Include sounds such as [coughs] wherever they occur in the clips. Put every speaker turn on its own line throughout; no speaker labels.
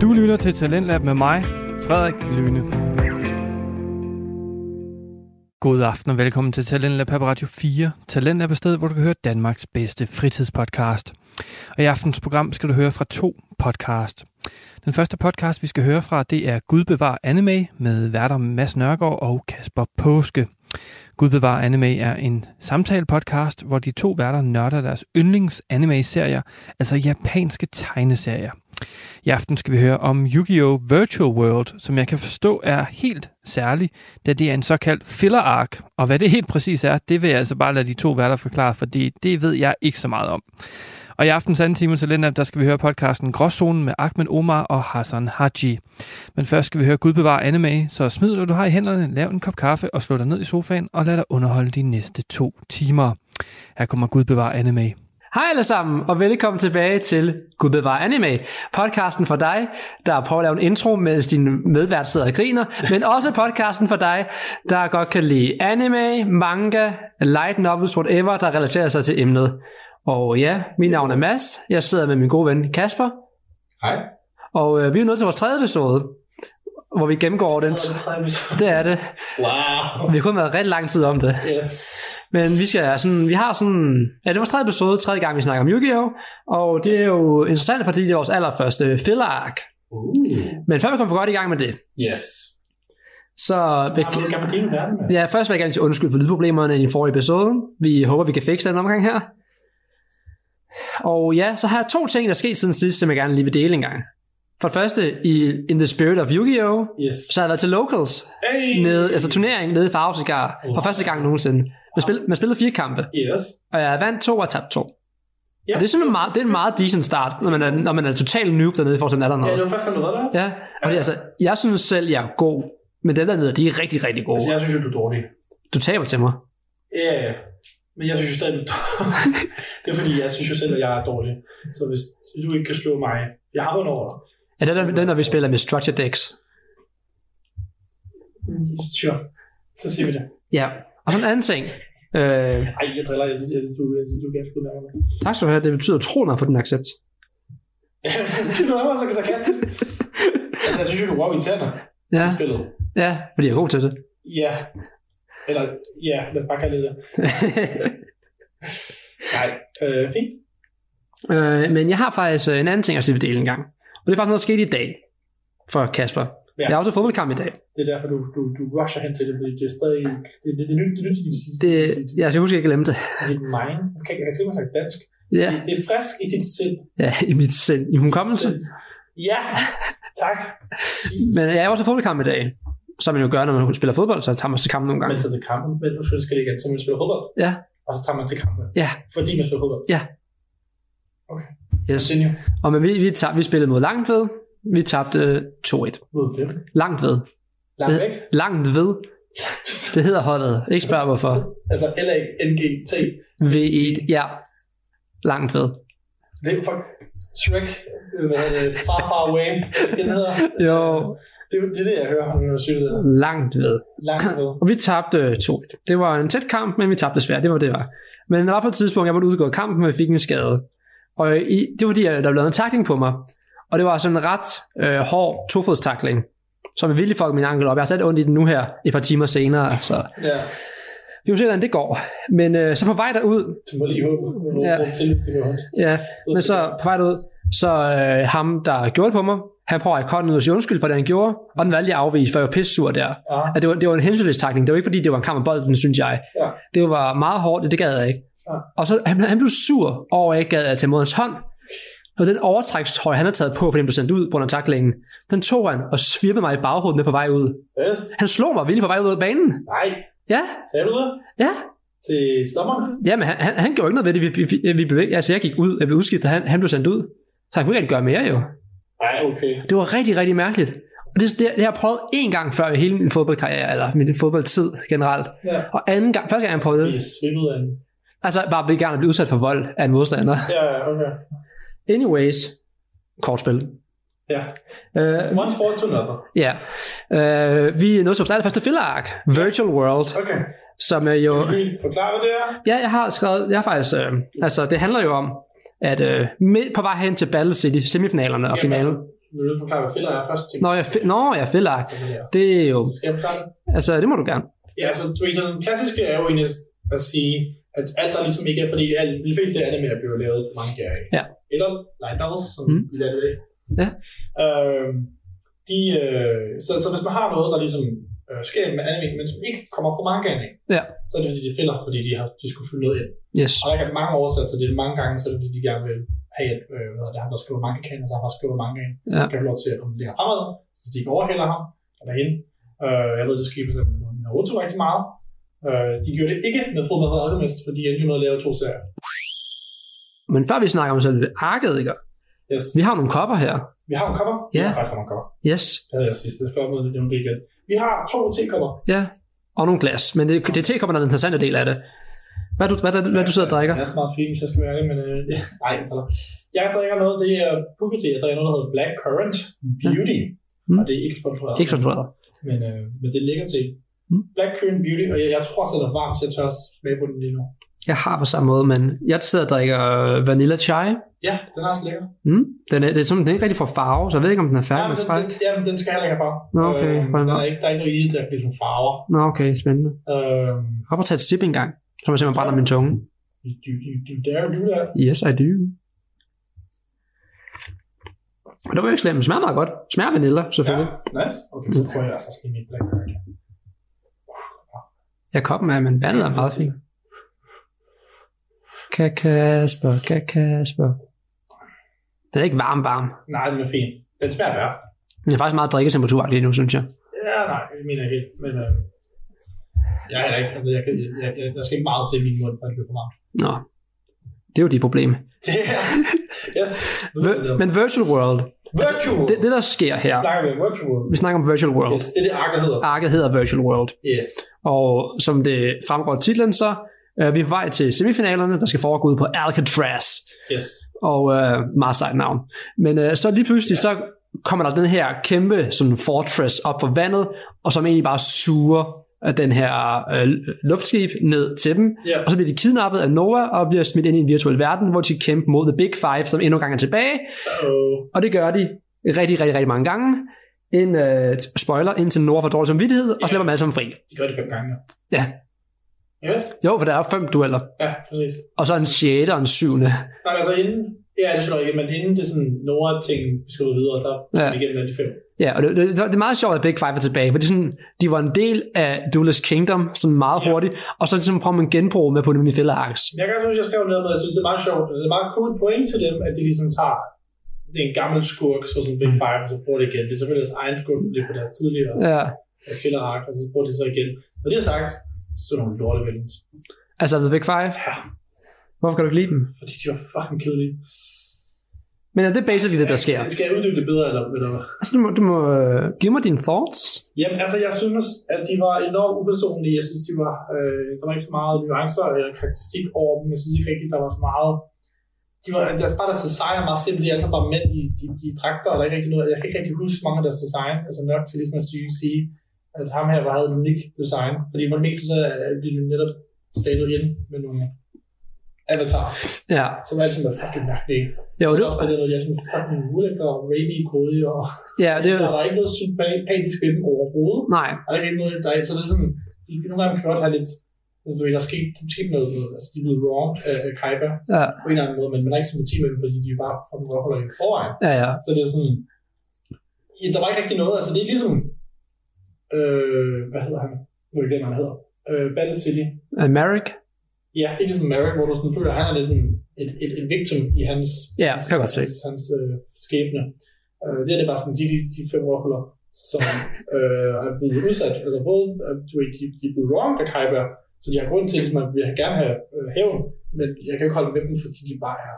Du lytter til Talentlab med mig, Frederik Lyne. God aften og velkommen til Talentlab på Radio 4. Talentlab er stedet, hvor du kan høre Danmarks bedste fritidspodcast. Og i aftens program skal du høre fra to podcast. Den første podcast, vi skal høre fra, det er Gud bevar anime med værter Mads Nørgaard og Kasper Påske. Gud bevar anime er en samtale-podcast, hvor de to værter nørder deres yndlings anime-serier, altså japanske tegneserier. I aften skal vi høre om Yu-Gi-Oh! Virtual World, som jeg kan forstå er helt særlig, da det er en såkaldt filler-ark. Og hvad det helt præcis er, det vil jeg altså bare lade de to værter forklare, fordi det ved jeg ikke så meget om. Og i aftens anden time til Lindab, der skal vi høre podcasten Gråzonen med Ahmed Omar og Hassan Haji. Men først skal vi høre Gud bevare anime, så smid hvad du har i hænderne, lav en kop kaffe og slå dig ned i sofaen og lad dig underholde de næste to timer. Her kommer Gud bevare anime.
Hej alle sammen, og velkommen tilbage til Gud bevar anime, podcasten for dig, der prøver at lave en intro, mens din medvært sidder og griner, men også podcasten for dig, der godt kan lide anime, manga, light novels, whatever, der relaterer sig til emnet. Og ja, mit navn er Mads, jeg sidder med min gode ven Kasper,
Hej.
og øh, vi er nået til vores tredje episode, hvor vi gennemgår den. Det er det.
Wow.
Vi har kun været ret lang tid om det.
Yes.
Men vi skal sådan, vi har sådan, ja, det er vores tredje episode, tredje gang, vi snakker om Yu-Gi-Oh! Og det er jo interessant, fordi det er vores allerførste filler-ark.
Uh.
Men før vi kommer for godt i gang med det,
Yes.
så...
Har du gammel dine verden med?
Ja, først vil jeg gerne sige undskyld for lydproblemerne i den forrige episode. Vi håber, vi kan fikse den omgang her. Og ja, så har jeg to ting, der er sket siden sidst, som jeg gerne lige vil dele en gang. For det første, i In the Spirit of Yu-Gi-Oh!
Yes.
Så har jeg været til Locals,
Hey.
nede, altså turnering nede i Farve Cigar, for
Wow.
første gang nogensinde. Man, spil, man spillede fire kampe.
Yes.
Og jeg vandt to og tabte to.
Ja.
Ja. Og det er sådan en meget, det er en meget decent start, når man er, når man er total noob dernede i forhold til den
Ja,
noget.
det var første gang, du var der. også.
Ja, og det, er altså, jeg synes selv, jeg er god, men dem dernede, de er rigtig, rigtig
Altså,
gode.
jeg synes jo, du er dårlig.
Du taber til mig.
Ja, ja. Men jeg synes jo stadig, du er dårlig. det er fordi, jeg synes jo selv, at jeg er dårlig. Så hvis du ikke kan slå mig, jeg har vundet over dig.
Ja, det er den, den, når vi spiller med structure decks.
Sure. Så siger vi det.
Ja, og sådan en anden ting. Øh,
Ej, jeg driller. Jeg synes, jeg synes du, jeg synes, du er ganske udmærket. Mads.
tak skal du have, det betyder troner for den accept.
[laughs] du er også så sarkastisk. altså, jeg synes jo, du er wow irriterende
Ja,
i spillet.
ja, fordi jeg er god til det. [laughs]
Ja. Eller, ja, lad os bare kalde det det. Nej, øh, fint.
øh, men jeg har faktisk øh, en anden ting, jeg skal dele en gang. Og det er faktisk noget, der skete i dag for Kasper. Ja. Jeg har også fodboldkamp i dag.
Det er derfor, du, du, du rusher hen til det, fordi det er stadig... Det, det, det, er nyt- det, er nyt i dit-
Det, jeg skal huske, at jeg ikke glemte det.
i dit mind. Jeg kan ikke jeg kan ikke tænke mig at sige dansk.
Ja,
Det, det er frisk i dit sind.
ja i mit sind, i hukommelsen.
Ja, tak. Jesus.
Men jeg var til fodboldkamp i dag, som man jo gør, når man spiller fodbold, så tager man til kamp nogle
Man
gange.
tager til kampen, men nu skal det igen, så man spiller fodbold.
Ja.
Og så tager man til kampen.
Ja.
Fordi man spiller fodbold.
Yes.
Senior.
Og men vi, vi, tab, vi spillede mod langt ved. Vi tabte øh, 2-1.
Mod hvem?
Langt ved.
Langt væk.
Langt [laughs] ved. Det hedder holdet. Ikke spørg hvorfor.
Altså, eller NGT.
V1. Ja. Langt ved.
Det er fuck. Shrek. Det er, Hvad hedder det? Far Far Away. Den hedder.
Jo.
Det, er- det er det, jeg hører, når jeg syger det. hedder.
Langt ved.
Langt ved.
Og vi tabte øh, 2-1. Det var en tæt kamp, men vi tabte svært. Det var det var. Men der var på et tidspunkt, jeg måtte udgå af kampen, og jeg fik en skade. Og øh, i, det var fordi, jeg, der blev lavet en takling på mig. Og det var sådan en ret øh, hård tofodstakling, som jeg virkelig fuckede min ankel op. Jeg har sat ondt i den nu her et par timer senere, så
Ja.
vi må se, hvordan det går. Men øh, så på vej derud,
Du må lige håbe, at du
Ja.
ja. til, hvis det går ondt.
ja, men så på vej derud, så øh, ham, der gjorde det på mig, han prøver at komme ud og sige undskyld for det, han gjorde, og den valgte jeg at afvise, for jeg var pissur der.
Ja.
at det var, det var en hensynsvis takling. Det var ikke fordi, det var en kamp af bolden, synes jeg.
Ja.
Det var meget hårdt, og det gad jeg ikke.
Ja.
Og så han, blev- han blev sur over, at jeg ikke gad at tage mod hans hånd. Og den overtrækstrøje, han har taget på, fordi han blev sendt ud på grund af taklingen, den tog han og svirpede mig i baghovedet med på vej ud.
Yes.
Han slog mig vildt på vej ud af banen.
Nej,
Ja,
sagde du det?
ja.
Til stommerne?
Ja, men han, han, han gjorde ikke noget ved det. Vi, vi, vi bevæg, altså, jeg gik ud, jeg blev udskiftet, han, han blev sendt ud. Så han kunne ikke rigtig gøre mere jo.
Nej, okay.
Det var rigtig, rigtig mærkeligt. Og det, det, det har jeg prøvet én gang før i hele min fodboldkarriere, eller min fodboldtid generelt.
Ja.
Og anden gang, første gang jeg prøvede
Vi
det,
er svimmede af en.
Altså bare blive gerne blive udsat for vold af en modstander.
Ja, ja, okay.
Anyways, kortspil.
Ja.
Øh,
One sport to another.
Ja. Øh, vi er nået til vores allerførste fillark, Virtual World,
Okay.
som er jo...
Lige forklare, hvad det er.
Ja, jeg har skrevet... Jeg har faktisk... Øh, altså, det handler jo om, at øh, midt på vej hen til Battle City, semifinalerne og
Jamen,
finalen...
altså, Vil du forklare, hvad filler er først? tænker
Nå, jeg, fi- Nå, jeg filler.
jeg, så det der.
Det er jo...
Skal jeg forklare det?
Altså, det må du gerne.
Ja, altså, du ved, sådan, den klassiske er jo egentlig at sige, at alt der ligesom ikke er, fordi alt, de fleste anime er blevet lavet for mange af.
Ja.
Eller light novels, som
Mm.
mm. vi lader det væk.
Ja.
Øh, de, øh, så, så hvis man har noget, der ligesom øh, sker med anime, men som ikke kommer fra mangaen af,
Ja.
så er det fordi, de finder, fordi de, har, de skulle fylde noget ind.
Yes.
Og der kan mange årsager til det. Mange gange, så er det fordi, de gerne vil have, at øh, hvad hedder det, ham, der skriver mange kan, så har bare skrevet mange kan,
Ja.
kan få lov til at komme længere fremad, så de ikke overhælder ham eller hende. Øh, jeg ved, det skete for eksempel med Naruto rigtig meget. Øh, de gjorde det ikke med Fullmetal Alchemist, fordi de endte jo med at lave to serier.
Men før vi snakker om selve arket, ikke?
Yes.
Vi har nogle kopper her.
Vi har en cover.
Ja.
Vi har faktisk en cover.
Yes.
Det havde jeg sidst. Det skal jeg op med det om det igen. Vi har to tekopper.
Ja. Og nogle glas. Men det, det er tekopperne, der er den interessante del af det. Hvad du, hvad, hvad du sidder og drikker?
Det er så meget fint, hvis jeg skal være ærlig, men øh, ja. nej, jeg taler. Jeg drikker noget, det er Booker Tea. Jeg drikker noget, der hedder Black Currant Beauty.
Mm.
Og det er ikke sponsoreret.
Ikke sponsoreret.
Men, øh, men det ligger til.
Mm.
Black Currant Beauty, og jeg, jeg tror, at den er varm, så jeg tør også smage på den lige nu.
Jeg har på samme måde, men jeg sidder og drikker øh, vanilla chai.
Ja, den er også lækker.
Mm. Den er, det er, sådan, den er ikke rigtig for farve, så jeg ved ikke, om den er færdig med
den,
træk.
den, ja, men den skal heller ikke herfra.
Nå, okay.
Øh,
Fair
der, er
nok.
ikke, der er ikke noget i det, der bliver som farver.
Nå, okay, spændende.
Øh,
Op og tage et sip engang, så man simpelthen brænder min tunge.
du, du, du, der, du der.
Yes, I do. Det var jo ikke slemt. Den smager meget godt. Smager af vanilla,
Ja,
selvfølgelig. Ja.
nice. Okay, så tror jeg altså også lige mit Black Currant.
Jeg er koppen af, men vandet er meget fint. Kan Kasper, kan Kasper. Den er ikke varm, varm.
Nej, den er fin. Den smager værre.
Den er faktisk meget drikketemperatur lige nu, synes jeg.
Ja, nej, det mener jeg ikke. helt, Men øh, jeg er heller ikke. Altså, jeg, kan, jeg, jeg, der skal ikke meget til i min mund, for at det bliver for varmt.
Nå, det er jo dit problem.
[laughs] Det er... Yes.
Vir- men Virtual World,
virtual.
det, det der sker her,
snakker vi om virtual.
vi snakker om Virtual World.
Yes, det er det ark, der hedder.
Arket hedder Virtual World,
Yes.
og som det fremgår af titlen, så øh, vi er på vej til semifinalerne, der skal foregå ude på Alcatraz,
Yes.
og øh, meget sejt navn. Men øh, så lige pludselig, så kommer der den her kæmpe sådan fortress op for vandet, og som egentlig bare suger øh, den her øh, luftskib ned til dem,
Ja.
Og så bliver de kidnappet af Noah og bliver smidt ind i en virtuel verden, hvor de skal kæmpe mod The Big Five, som endnu engang er tilbage.
Og
Og det gør de rigtig, rigtig, rigtig mange gange. En uh, spoiler, indtil Noah får dårlig samvittighed, og
Ja.
slipper dem alle sammen fri.
de gør det fem gange.
Ja.
Ja,
Jo, for der er fem dueller.
ja præcis.
Og så en sjette og en syvende.
Nej, men altså inden... Ja, det slår ikke, men inden det sådan Nora-ting skal ud videre, der
Ja.
ja. igen med de fem.
Ja, og det, det, det er meget sjovt, at Big Five er tilbage, for de, sådan, de var en del af Duelist Kingdom, sådan meget
Ja.
hurtigt, og så ligesom prøver man at genbruge med på min fælde arks.
Jeg kan også synes, jeg skrev noget med, jeg synes, det er meget sjovt. altså, Det er meget cool point til dem, at de ligesom tager det er en gammel skurk, så sådan Big Five, og så bruger det igen. Det er selvfølgelig deres egen skurk, fordi det er på deres tidligere
Ja.
ja. fillerark, og så bruger de så igen. Når det er sagt, så er det nogle lorte villains.
Altså The Big Five.
Ja.
Hvorfor kan du ikke lide dem?
Fordi de var fucking kedelige.
Men er det er basically det, der sker.
Skal jeg uddybe det bedre, eller, eller hvad?
Altså, du må, du må øh, give mig dine thoughts.
Jamen, altså, jeg synes, at de var enormt upersonlige. Jeg synes, de var, øh, der var ikke så meget nuancer eller karakteristik over dem. Jeg synes ikke rigtigt, der var så meget... De var, deres, bare deres design er meget simpelt. De er altså bare mænd i, i, i dragter, og der er ikke rigtig noget... Jeg kan ikke rigtig huske mange af deres design, altså nok til ligesom at sige, sige at ham her var, havde et unikt design. Fordi på det meste, så øh, blev de netop statet ind med nogle avatar,
Ja.
som altid var fucking mærkelige.
Jo,
Og det
det,
er også bare det, når de er sådan fucking ulækre og rainy gode, og
ja, det,
der var ikke noget sympatisk ved dem overhovedet.
nej,
Og der er ikke noget, der er, så det er sådan, de, nogle gange kan godt have lidt, altså, du ved, der er sket, der er sket noget, med- altså de er blevet wrong af, af Kaiba
ja,
på en eller anden måde, men man har ikke sympati med dem, fordi de er bare fucking røvholder i forvejen.
ja, ja,
Så det er sådan, ja, der var ikke rigtig noget, altså det er ligesom, øh, hvad hedder han? Nu er det den, han hedder. Øh, Battle City.
Uh, Merrick,
Ja, det er ligesom Merrick, hvor du sådan føler, at han er lidt en, et, et, et victim i hans,
Ja, kan jeg godt se.
hans, hans øh, skæbne. Øh, det er det bare sådan, de, de, de fem rockerler,
[laughs]
som øh, er blevet udsat, altså både, øh, du ved, de, de er blevet wrong af Kaiba, så de har grund til, ligesom, at vi gerne have øh, hævn, men jeg kan ikke holde med dem, fordi de bare er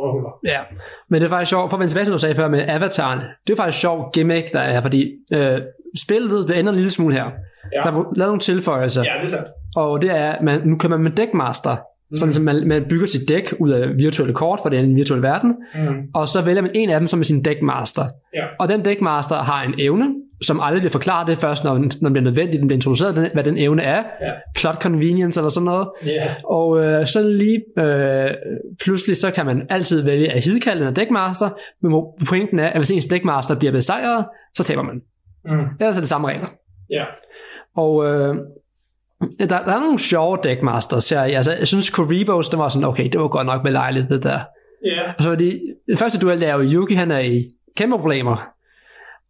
rockerler.
ja. Men det er faktisk sjovt, for at vende tilbage til, hvad du sagde før med avataren, det er faktisk sjovt gimmick, der er, fordi øh, spillet bliver ændret en lille smule her.
Ja.
Der er lavet nogle tilføjelser,
Ja, det er sandt.
og det er, at man, nu kan man med deckmaster, mm.
Mm.
sådan som man, man bygger sit dæk ud af virtuelle kort, for det er en virtuel verden,
Mm.
og så vælger man en af dem som er sin deckmaster.
Ja.
Og den deckmaster har en evne, som aldrig bliver forklaret, det er først, når den, når den bliver nødvendig, den bliver introduceret, den, hvad den evne er.
Ja.
Plot convenience eller sådan noget.
Ja.
Og øh, så lige øh, pludselig, så kan man altid vælge at hidkalde eller dækmaster, men mo- pointen er, at hvis ens dækmaster bliver besejret, så taber man.
Mm.
Ellers er det samme regler.
Ja.
Og øh, der, der er nogle sjove deckmasters her. Altså, jeg synes, Koribos, det var sådan, okay, det var godt nok belejligt, det der.
Ja.
Og så er de, det første duel, der er jo Yuki, han er i kæmpe problemer.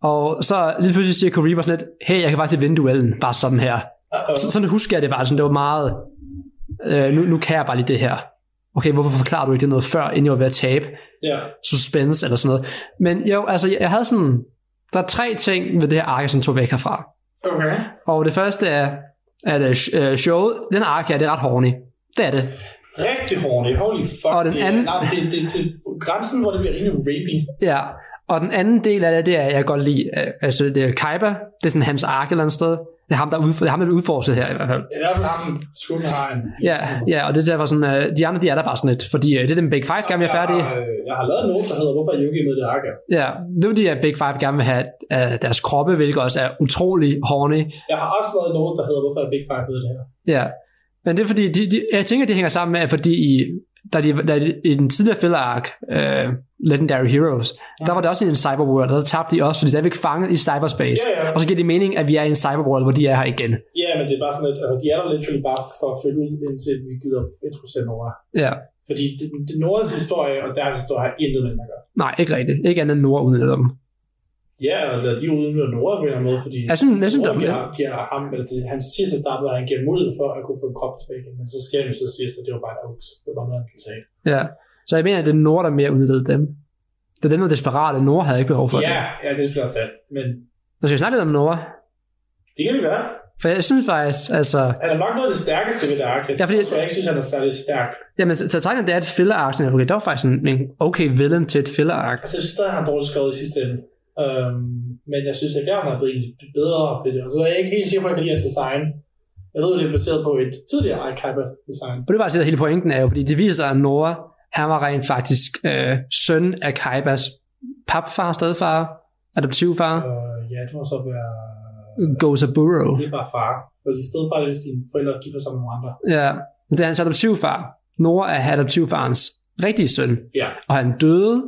Og så lige pludselig siger Koribos lidt, hey, jeg kan faktisk vinde duellen, bare sådan her.
Uh-oh.
Så, sådan husker jeg det bare, sådan, det var meget, øh, nu, nu kan jeg bare lige det her. Okay, hvorfor forklarer du ikke det noget før, inden jeg var ved at tabe?
Ja.
Suspense eller sådan noget. Men jo, altså, jeg, jeg havde sådan, der er tre ting ved det her ark, jeg sådan tog væk herfra.
Okay.
Og det første er, at øh, øh, showet, den ark her, det er ret horny. Det er det.
Rigtig hårdt. Holy fuck.
Og den
det er-
anden-
Nej, det, det er til grænsen, hvor det bliver rimelig rapey.
Ja. Og den anden del af det, det er, jeg kan godt lide, øh, altså det er Kaiba, det er sådan hans ark et eller andet sted. Det er ham, der, er udfor- det er ham, der bliver udforset her i hvert fald.
Ja, der er vel ham, Skurken har en...
Ja, ja og det der var sådan, øh, de andre, de er der bare sådan lidt, fordi øh, det er dem Big Five gerne vil have
jeg,
færdige.
har, øh, jeg har lavet en note, der hedder, hvorfor er Yuki med det hakke?
Ja, det er fordi, at Big Five gerne vil have øh, deres kroppe, hvilket også er utrolig horny.
Jeg har også lavet en note, der hedder, hvorfor er Big Five med det her?
Ja, men det er fordi, de, de, jeg tænker, det hænger sammen med, at fordi i, da de, da de, i den tidligere fællerark, øh, Legendary Heroes, ja. der var det også i en cyberworld, og der tabte de også, fordi de stadigvæk fanget i cyberspace.
Ja, ja.
Og så giver det mening, at vi er i en cyberworld, hvor de er her igen.
Ja, men det er bare sådan, at altså, de er der literally bare for at følge ud, indtil vi gider introducere Nora.
Ja,
Fordi det, det Noras historie og deres historie har intet med hinanden at gøre.
nej, ikke rigtigt. Ikke andet end Nora uden dem.
Ja, eller de er uden med Nora på en eller anden måde, fordi...
Jeg synes, jeg synes,
Nora
dem, ja.
giver, giver ham, eller det, han siger til starten, at han giver mulighed for at kunne få en krop tilbage igen, men så sker det jo så sidst, at det var bare et hoax. Det var noget, han kunne tage.
ja. Så jeg mener, at det er Nora, der mere udnyttede dem. Det er dem, der er desperate. Nora havde ikke behov for
Ja,
det.
ja, det er selvfølgelig også sandt, men
Nå, skal vi snakke lidt om Nora?
det kan vi gøre.
For jeg synes faktisk, altså...
Han er nok noget af det stærkeste ved det ark. Jeg
Ja, fordi-
tror jeg ikke, synes, han er særlig stærk.
Jamen, så, så tegnet, det er et filler-ark. sådan, Okay, der var faktisk en, en okay villain til et filler-ark.
Altså, jeg synes stadig, han er dårligt skrevet i sidste ende. Øhm, men jeg synes, at Bjørn har blevet lidt bedre ved det. Og så er jeg ikke helt sikker på, at jeg kan lide hans design. Jeg ved, det er baseret på et tidligere Archive-design.
Og det var altså det, hele pointen er jo, fordi det viser sig, at Nora, han var rent faktisk øh, søn af Kaibas papfar, stedfar, adoptivfar,
Øh, ja, det må så være...
Gozaburo.
Det er bare far. Fordi i stedet for, at hvis dine forældre gifter sig med nogle andre.
Ja, det er hans adoptivfar. Nora er adoptivfarens rigtige søn,
Ja.
og han døde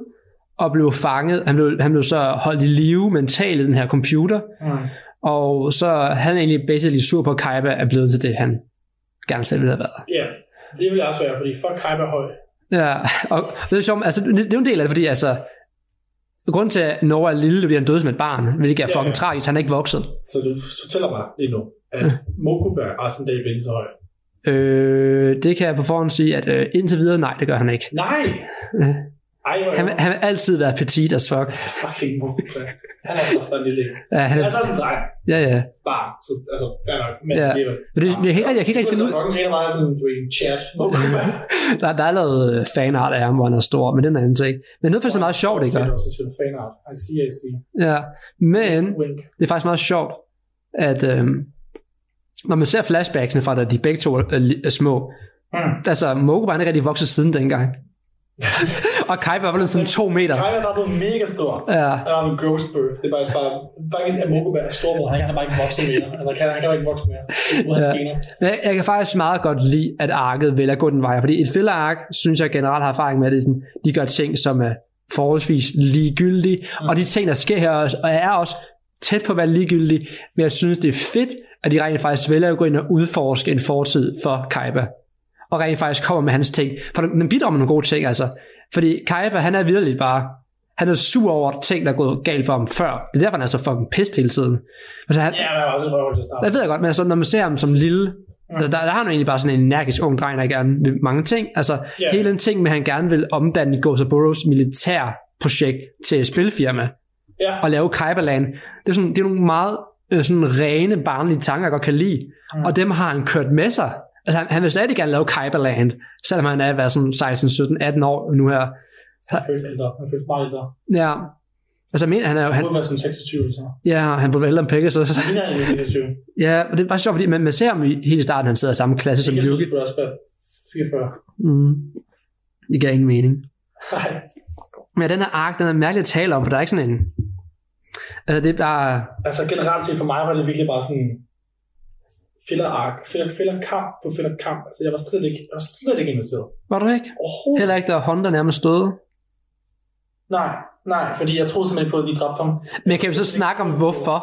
og blev fanget. Han blev, han blev så holdt i live mentalt i den her computer,
Mm.
og så er han egentlig basically sur på, at Kaiba er blevet til det, han gerne selv ville have været.
Ja, det vil jeg også være, fordi fuck Kaiba høj.
Ja, og det er sjovt, altså det, det er jo en del af det, fordi altså, grunden til, at Nora er lille, det er, fordi han døde som et barn, hvilket er
Ja,
fucking
ja.
tragisk, han er ikke vokset.
Så du fortæller mig lige nu, at Mokubær er sådan en del så høj.
Øh, det kan jeg på forhånd sige, at øh, indtil videre, nej, det gør han ikke.
Nej! Ej, hvor er
Han,
jeg
han vil altid være petit as fuck.
fucking Mokubær. Han er også bare en lille. en.
Ja, han,
Han er så også en dreng.
ja, ja.
barn, så altså, fair nok, men
Ja.
ja. alligevel.
Men det, jeg, kan ikke, rigtig- jeg kan ikke rigtig finde ud
af. Det er meget sådan, du er i en chat.
der, der er lavet øh, fanart af ham, hvor han er stor, men den er anden ting. Men noget faktisk er meget sjovt, ikke?
Det er også sådan fanart. I see, I see.
Ja, men
Wink.
det er faktisk meget sjovt, at øh, når man ser flashbacksene fra, da de begge to er, er, li- er små,
Mm.
altså Mokuba han er ikke rigtig vokset siden dengang. [laughs] og Kai var blevet sådan to meter.
Kaiba der er blevet mega stor.
Ja,
Han har en gross birth. Det er faktisk bare... Faktisk er Mokuba er storbror. Han kan bare ikke vokse mere. Altså, kan, han kan bare ikke vokse mere. Ud af hans
Ja.
gener.
men jeg, jeg kan faktisk meget godt lide, at arket vælger at gå den vej, fordi et filler-ark, synes jeg generelt har erfaring med, at det er sådan, de gør ting, som er forholdsvis ligegyldige,
Mm.
og de ting, der sker her også, og er også tæt på at være ligegyldige, men jeg synes, det er fedt, at de rent faktisk vælger at gå ind og udforske en fortid for Kaiba, og rent faktisk kommer med hans ting, for den den bidrager med nogle gode ting, altså, fordi Kaiba, han er virkelig bare, han er sur over ting, der er gået galt for ham før, det er derfor, han er så fucking pissed hele tiden, altså, han,
Ja, men han var også et røvhul til at starte.
Det ved jeg godt, men altså, når man ser ham som lille,
Mm.
altså, der, der har han jo egentlig bare sådan en energisk ung dreng, der gerne vil mange ting. Altså,
Ja.
hele den ting med, at han gerne vil omdanne Gozaboros militær projekt til et spilfirma
Ja.
og lave Kyberland. Det er, sådan, det er nogle meget øh, sådan rene, barnlige tanker, jeg godt kan lide.
Mm.
Og dem har han kørt med sig. Altså, han, han vil stadig gerne lave Kyberland, selvom han er hvad, sådan 16, 17, 18 år nu her.
Han følte ældre. Han følte meget ældre.
Ja. Altså, jeg mener, han er jo...
Han
Han,
burde være sådan 26 eller sådan noget.
ja, han blev ældre om Pegasus. så,
Han er egentlig 26.
ja, og det er bare sjovt, fordi man, man ser ham i hele starten, han sidder i samme klasse som
Jeg synes,
Yuki.
det burde også være 44.
Mm. Det giver ingen mening.
Nej.
Men ja, den her ark, den er mærkelig at tale om, for der er ikke sådan en... Altså, det er bare...
Altså generelt set for mig var det virkelig bare sådan filler ark, filler, filler kamp på filler kamp. Altså jeg var slet ikke, jeg var slet ikke investeret.
Var du ikke?
Overhovedet.
Heller ikke, da Honda nærmest stod.
Nej, nej, fordi jeg troede simpelthen på, at de dræbte ham.
Men kan vi så snakke om, hvorfor?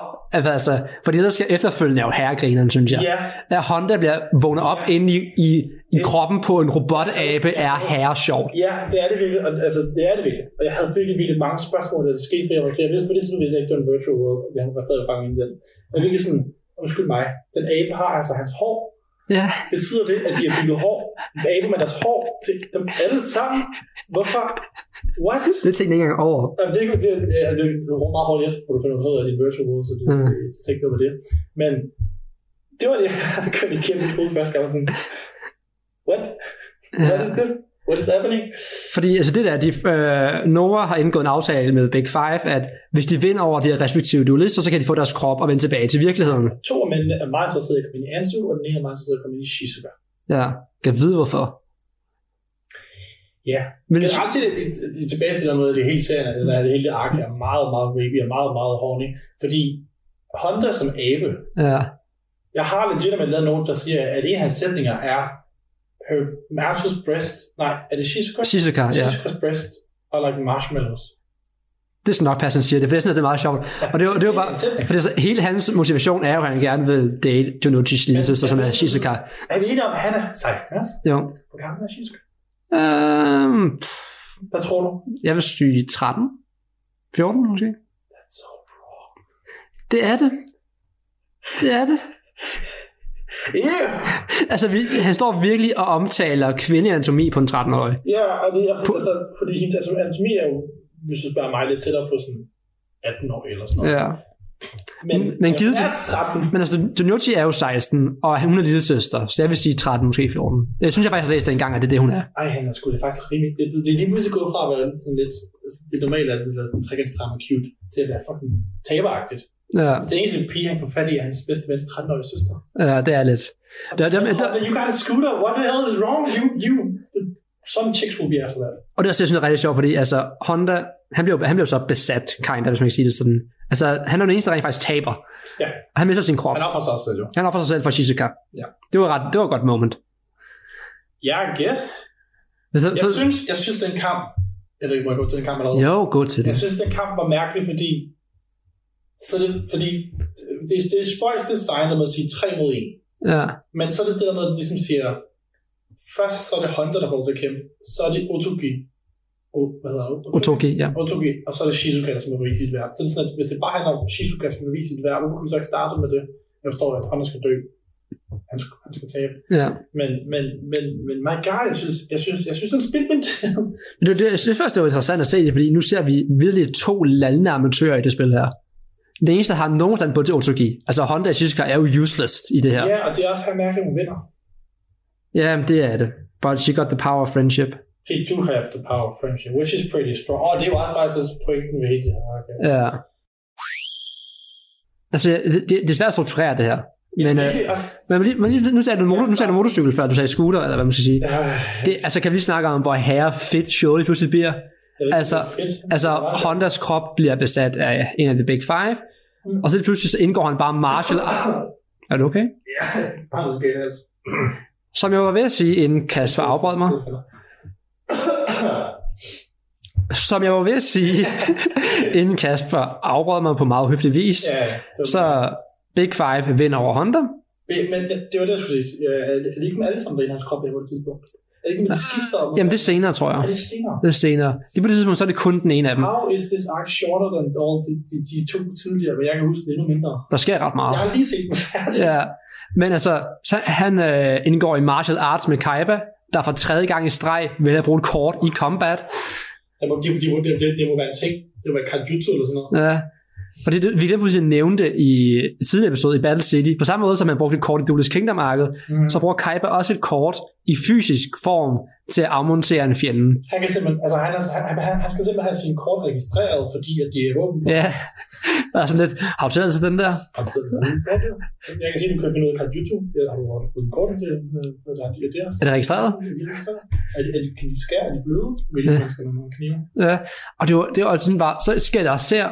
Altså, fordi ellers skal efterfølgende er jo herregrineren, synes jeg.
Ja,
At Honda bliver vågner op
Ja.
ja. inde i, i, i kroppen på en robotabe er herresjovt.
ja, det er det virkelig. Og, altså, det er det virkelig. Og jeg havde virkelig, virkelig mange spørgsmål, da det skete, for jeg, var, for jeg vidste på det tidspunkt, hvis jeg ikke det var en virtual world, at han var stadig fanget i den. Og jeg virkelig sådan, undskyld mig, den abe har altså hans hår.
Ja.
Betyder det, at de har bygget hår, abe med deres hår til dem alle sammen? Hvorfor? What?
Det tænkte jeg ikke engang over.
Jamen, det, er ikke- det, det, det, det, det var meget hårdt efter, for du finder ud af, at det er en virtual world, så det,
Mm.
det, det tænkte jeg over det. Men det var det, [laughs] jeg kørte igennem i hovedet første gang. jeg var Sådan, what? What
Ja.
is this? What is happening?
Fordi altså det der, de, øh, Nora har indgået en aftale med Big Five, at hvis de vinder over de her respektive duelister, så kan de få deres krop og vende tilbage til virkeligheden.
To af mændene er meget interesserede i at komme ind i Anzu, og den ene er meget interesseret i at komme ind i Shizuka.
Ja, kan vide hvorfor.
Ja.
Men
Men ret til, tilbage til den måde, det hele serien, eller det hele ark er meget, meget rapey og meget, meget horny. Fordi Honda som abe,
ja,
jeg har legitimt lavet nogen, der siger, at en af hans sætninger er, her Marshall's breast, nej, er det Shizuka?
Shizuka, ja.
Shizuka's breast og like marshmallows.
Det er sådan nok, Passion siger det, for det er sådan, det er meget sjovt. Og det var, det var bare, for det er, så- hele hans motivation er jo, at han gerne vil date Junochis lille søster, som er Shizuka.
Er vi enige om, at han er 16 altså?
Jo.
Hvor gammel er Shizuka?
Øhm,
Hvad tror du?
jeg vil sige 13? 14 måske?
That's so wrong.
Det er det. Det er det.
Yeah!
Altså, vi, han står virkelig og omtaler kvindeanatomi på en 13-årig.
Ja, og det er,
På-
altså, fordi hendes altså, anatomi er jo, hvis du spørger mig, lidt tættere på sådan 18 år eller sådan noget.
Ja.
Men,
Men givet-
Ja, 13.
Men altså, Donucci er jo 16, og hun er lille søster, så jeg vil sige 13, måske 14. Jeg synes, jeg faktisk har læst det engang, at det er det, hun er.
Ej, han er sgu det er faktisk rimelig. Det, det er lige pludselig gået fra at være sådan lidt, altså, det normale er det der sådan trekantstram og cute, til at være fucking taberagtigt.
Ja,
Det eneste pige, han kunne fat i, er hans bedste vens 13-årige søster.
ja det er lidt. Der, der, der,
you got a scooter, what the hell is wrong with you? you some chicks will be after that.
og det er også, jeg synes, det er rigtig sjovt, fordi altså, Honda, han blev, han blev så besat, kind of, hvis man kan sige det sådan. Altså, han er den eneste, der rent faktisk taber.
Ja.
Og han mister sin krop.
Han opfer sig også selv, jo.
Han offer sig selv for Shizuka.
Ja.
Det var, ret, det var et godt moment.
Ja, yeah, guess.
Men Så,
Jeg
så,
synes, jeg synes, den kamp... Jeg ved ikke, må jeg gå til den kamp allerede?
jo, gå til
Jeg
det.
synes, den kamp var mærkelig, fordi... Så det, fordi det, det er spøjs designet med at sige 3 mod 1.
Ja,
Men så er det det der med, at den ligesom siger, først så er det Honda, der får lov til at kæmpe, så er det Otogi. O, hvad hedder det?
Otoki, ja.
Otogi, og så er det Shizuka, der skal bevise sit værd. Så det er sådan, at hvis det bare handler om, at Shizuka skal bevise sit værd, hvorfor kunne vi så ikke starte med det? Jeg forstår, at Honda skal dø. Han skal, han skal tabe.
ja.
Men, men, men, men my god, jeg synes, jeg synes, jeg synes, han spildte min tid.
Men det, det, jeg synes først, det var interessant at se det, fordi nu ser vi virkelig to lallende amatører i det spil her. Den eneste, der har nogen stand på det Otogi. Altså Honda og Shizuka er jo useless i det her.
Ja, og det er også her mærkeligt, hun vinder.
Ja, yeah. det er det. But she got the power of friendship.
She do have the power of friendship, which is pretty strong. Og det er jo også faktisk også pointen ved hele det her. Okay.
Ja. Altså, det, det, det er svært at strukturere det her. Men, øh,
Virkelig også,
men lige, men lige, nu, sagde du, motor, nu sagde du motorcykel før, du sagde scooter, eller hvad man skal sige.
øh,
Det, altså, kan vi lige snakke om, hvor herre fedt showet pludselig bliver?
jeg ved ikke,
Altså-
det er fedt.
Altså,
Det var-
Hondas krop bliver besat af en af de big five, og så lige pludselig så indgår han bare martial art. Er du okay?
Har du det, altså?
Som jeg var ved at sige, inden Kasper afbrød mig, som jeg var ved at sige, inden Kasper afbrød mig på meget høflig vis,
[coughs] ja, det var-
så Big Five vinder over Honda.
Men det, det var det, jeg skulle sige. Ja, Er det, er det ikke med alle sammen, der er i hans krop her på det tidspunkt? Er det ikke med, de skifter om?
Ah, Jamen det er senere, tror jeg.
Er det senere?
Det er senere. Lige på det tidspunkt, så er det kun den ene af dem.
How is this arc shorter than all de, de, de to tidligere, men jeg kan huske den endnu mindre.
Der sker ret meget.
Jeg har lige set den [laughs] færdig.
Ja. Men altså, så han øh, indgår i martial arts med Kaiba, der for tredje gang i streg vil have brugt kort i combat.
Det må, de, de, de, de, det må være en ting. Det må være kajutsu eller sådan noget.
Ja. For det, vi glemte pludselig at nævne det i et tidligere episode i Battle City. På samme måde som man brugte et kort i Duelist Kingdom arket,
Mm.
så bruger Kaiba også et kort i fysisk form til at afmontere en fjende.
Han, kan simpelthen, altså, han, er- han, han, han skal simpelthen have sine kort registreret, fordi at de er våben.
Ja, [laughs] der er sådan lidt, har du taget til den der?
Og så- Jeg kan sige, at du kan finde ud af kajutsu. Jeg har jo fået en kort til, hvad der er, de er deres.
Er det registreret?
Er de, er de, kan de skære? Er de bløde? Hvilke
Ja.
mennesker, når man har knive?
altså Ja. Og det var, det var sådan bare, så sker der også her,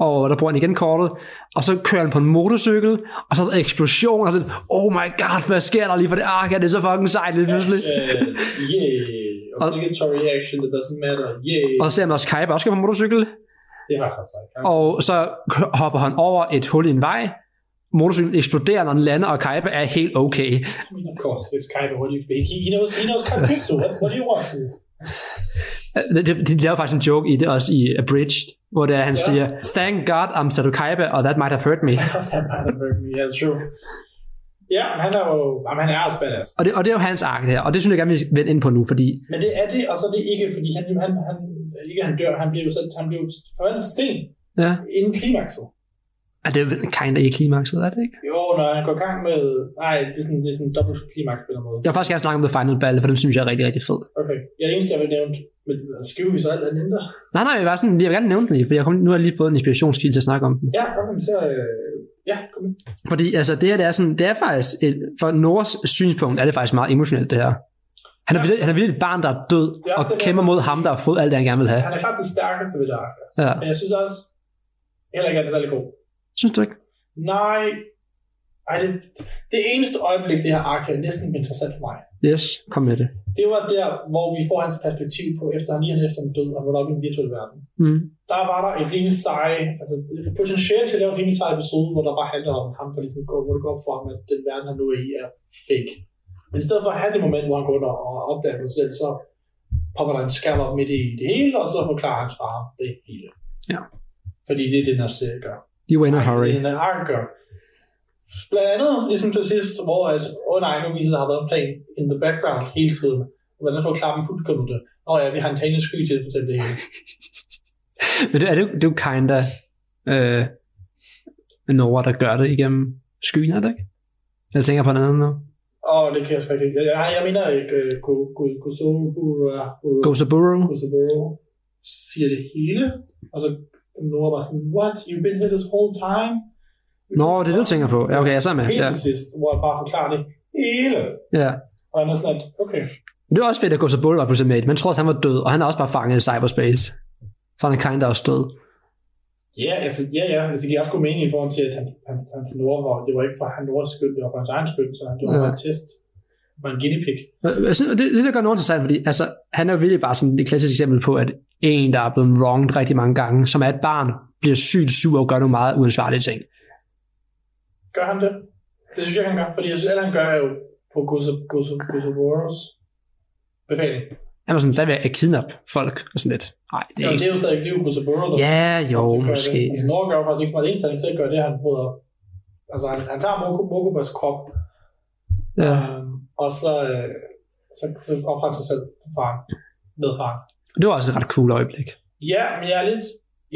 og der bruger han igen kortet, og så kører han på en motorcykel, og så er der eksplosion, og så oh my god, hvad sker der lige for det ark, er det så fucking sejt lige pludselig.
Uh, yeah. Obligatory action that doesn't matter. Yeah.
Og så ser man også Kaiba også kører på en motorcykel,
Det var ret sejt.
og så kø- hopper han over et hul i en vej, motorcyklen eksploderer, når den lander, og Kaiba er helt okay.
I mean, of course, it's kind of what you speak. He, he knows, he knows Kanjutsu. What, what do you want?
Øh, Det- det- De laver faktisk en joke i det også i øh, Abridged, hvor det er, han
Ja.
siger, Thank God I'm Sato Kaiba, og that might have hurt me.
That might have hurt me. Yeah, true. Ja, men han er jo... Jamen, han er også badass.
Og det, og det er jo hans ark der, og det synes jeg gerne, vi vil ind på nu, fordi
Men det er det, og så er det ikke, fordi han, han, han, ikke han dør, han bliver jo, sat, han bliver jo forvandlet til sten
ja,
inden klimakset.
altså, det er vel kinda i klimakset, er det ikke?
Jo, når han går i gang med... Nej, det er sådan, det er sådan en dobbelt klimaks på en eller anden måde.
Jeg vil faktisk gerne snakke om The Final Battle, for den synes jeg er rigtig, rigtig fed.
Okay. Jeg er eneste, jeg vil nævne, men skriver vi så alt andet der?
Nej, nej, jeg vil, bare sådan, jeg vil gerne nævne den lige, for jeg kom, nu har jeg lige fået en inspirationskilde til at snakke om den.
Ja, okay, så... Øh, ja, kom ind.
Fordi altså, det her det er, sådan, det er faktisk, et, for Noras synspunkt er det faktisk meget emotionelt, det her. Han er,
Ja.
virkelig, han er virkelig et barn, der er død,
Det er
og
også det, der-
kæmper mod ham, der har fået alt det, han gerne vil have.
Han er klart den stærkeste ved Dark.
Ja.
Men jeg synes også... Heller ikke, at det er lidt god.
Synes du ikke?
Nej... Ej, det, det eneste øjeblik, det her ark her, næsten interessant for mig.
Yes, kom med det.
Det var der, hvor vi får hans perspektiv på, efter han lige efter en død, og hvor op i den virtuelle verden.
Mm.
der var der et rimelig sej, altså potentiale til at lave en rimelig sej episode, hvor der bare handler om ham, der ligesom går, hvor det går op for ham, at den verden, han nu er i, er fake. Men i stedet for at have det moment, hvor han går under og opdager sig selv, så popper der en skærm op midt i det hele, og så forklarer hans far det hele.
Ja.
Fordi det er det, den her serie gør.
De var in a hurry.
Det er Den her ark gør. Blandt andet, ligesom til sidst, hvor at, åh oh nej, nu viser det, at der har været en plan in the background hele tiden. Hvordan forklarer man publikum det? Nå ja, vi har en tagende sky til at fortælle det hele.
Men det, er det, jo- det er jo kinda øh, Nora, der gør det igennem skyen, er det ikke? Jeg tænker på noget andet nu.
Åh, det kan jeg sgu ikke. Jeg, jeg mener ikke uh, Kosaburo
Gozaburo.
siger det hele, og så Nora bare sådan, what, you've been here this whole time?
Nå, det er det, du tænker på. Ja, okay, jeg er sammen med.
Helt
Ja.
til sidst, hvor jeg bare forklarer det hele.
ja.
Og han er sådan, at, okay,
Men Det er også fedt, at Gozaburo var pludselig med. i det. Man tror, at han var død, og han er også bare fanget i cyberspace. Så han er kinda også død.
ja, yeah, altså, ja, ja, altså, det giver også god mening i forhold til, at han, han, han til Nora var, det var ikke for hans Noras skyld, det var for hans egen skyld, så han det var
Ja.
bare en test. Det var en guinea pig.
Jeg synes, og det, det, der gør Norden interessant, fordi altså, han er jo virkelig bare sådan et klassisk eksempel på, at en, der er blevet wronged rigtig mange gange, som er et barn, bliver sygt sur og gør nogle meget uansvarlige ting.
Gør han det? Det synes jeg, han gør, fordi jeg synes, alt han gør er jo på Kosaburos befaling.
Han er sådan stadigvæk at kidnappe folk og sådan lidt. Nej, det
Det
er
er,
ikke...
det er jo stadig det er jo Kosovo, der
Ja,
der
jo,
gør
måske.
Det. Altså, Norge gør jo faktisk ikke så meget indstilling til at gøre det, han bryder. Altså, han, han tager Moko, Mokobas krop,
Ja.
øhm, og så, øh, så, så opfanger sig selv på faren, med faren.
Det var også et ret cool øjeblik.
Ja, men jeg er lidt,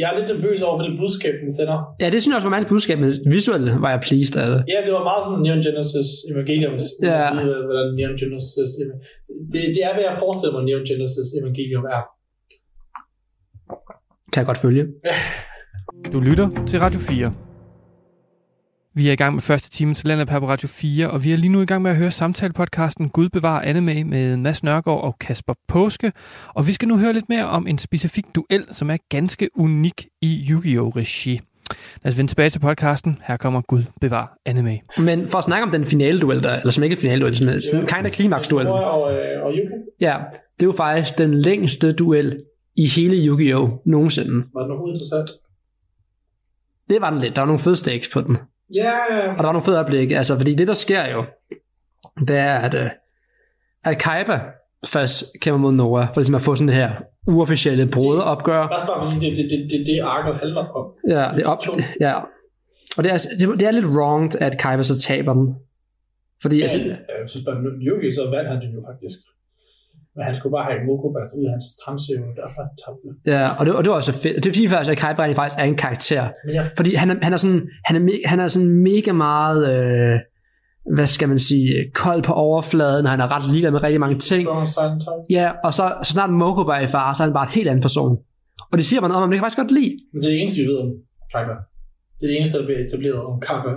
jeg er lidt nervøs over, hvad det budskab, den sender.
Ja, det synes jeg også var meget budskab, men visuelt var jeg pleased af det.
Ja, det var meget sådan Neon Genesis Evangelium.
Ja.
Hvordan Neon Genesis... Ev- Det, det er, hvad jeg forestiller mig, Neon Genesis Evangelium er.
Kan jeg godt følge.
Du lytter til Radio 4. Vi er i gang med første time til landet på Radio 4, og vi er lige nu i gang med at høre samtalepodcasten Gud bevarer anime med Mads Nørgaard og Kasper Påske. Og vi skal nu høre lidt mere om en specifik duel, som er ganske unik i Yu-Gi-Oh! regi. Lad os vende tilbage til podcasten. Her kommer Gud bevar anime.
Men for at snakke om den finale duel, der, eller som ikke er finale duel, som er sådan en kind af klimaks duel.
Nora Og, øh, og Yuka,
Ja, det er jo faktisk den længste duel i hele Yu-Gi-Oh! nogensinde.
var den overhovedet interessant?
Det var den lidt. Der var nogle fede stakes på den.
Ja,
Og der var nogle fede øjeblikke, altså, fordi det, der sker jo, det er, at, øh, at Kaiba først kæmper mod Nora, for ligesom at få sådan det her uofficielle broderopgør.
Også bare fordi det, det, det, det, det arket handler om.
Ja, det er op, ja. Og det er, altså- det, det er lidt wronged, at Kaiba så taber den. Fordi, altså,
Ja, jeg synes bare, at Yuki, så vandt han den jo faktisk. Men han skulle bare have Mokobat ud af hans tramsevne, derfor han tabte den.
ja, og, det, og det var også fedt. Og Det er fordi, faktisk, at Kaiba rent faktisk er en karakter.
Men jeg
Fordi han er, han er, sådan, han er, me, han er sådan mega meget, øh, hvad skal man sige, øh, kold på overfladen, og han er ret ligeglad med rigtig mange ting.
får en sejlen tøj.
Ja, og så, så snart Mokoba er i fare, så er han bare en helt anden person. Og det siger man om, ham, det kan jeg faktisk godt lide.
Men det er det eneste, vi ved om Kaiba. Det er det eneste, der bliver etableret om Kaiba.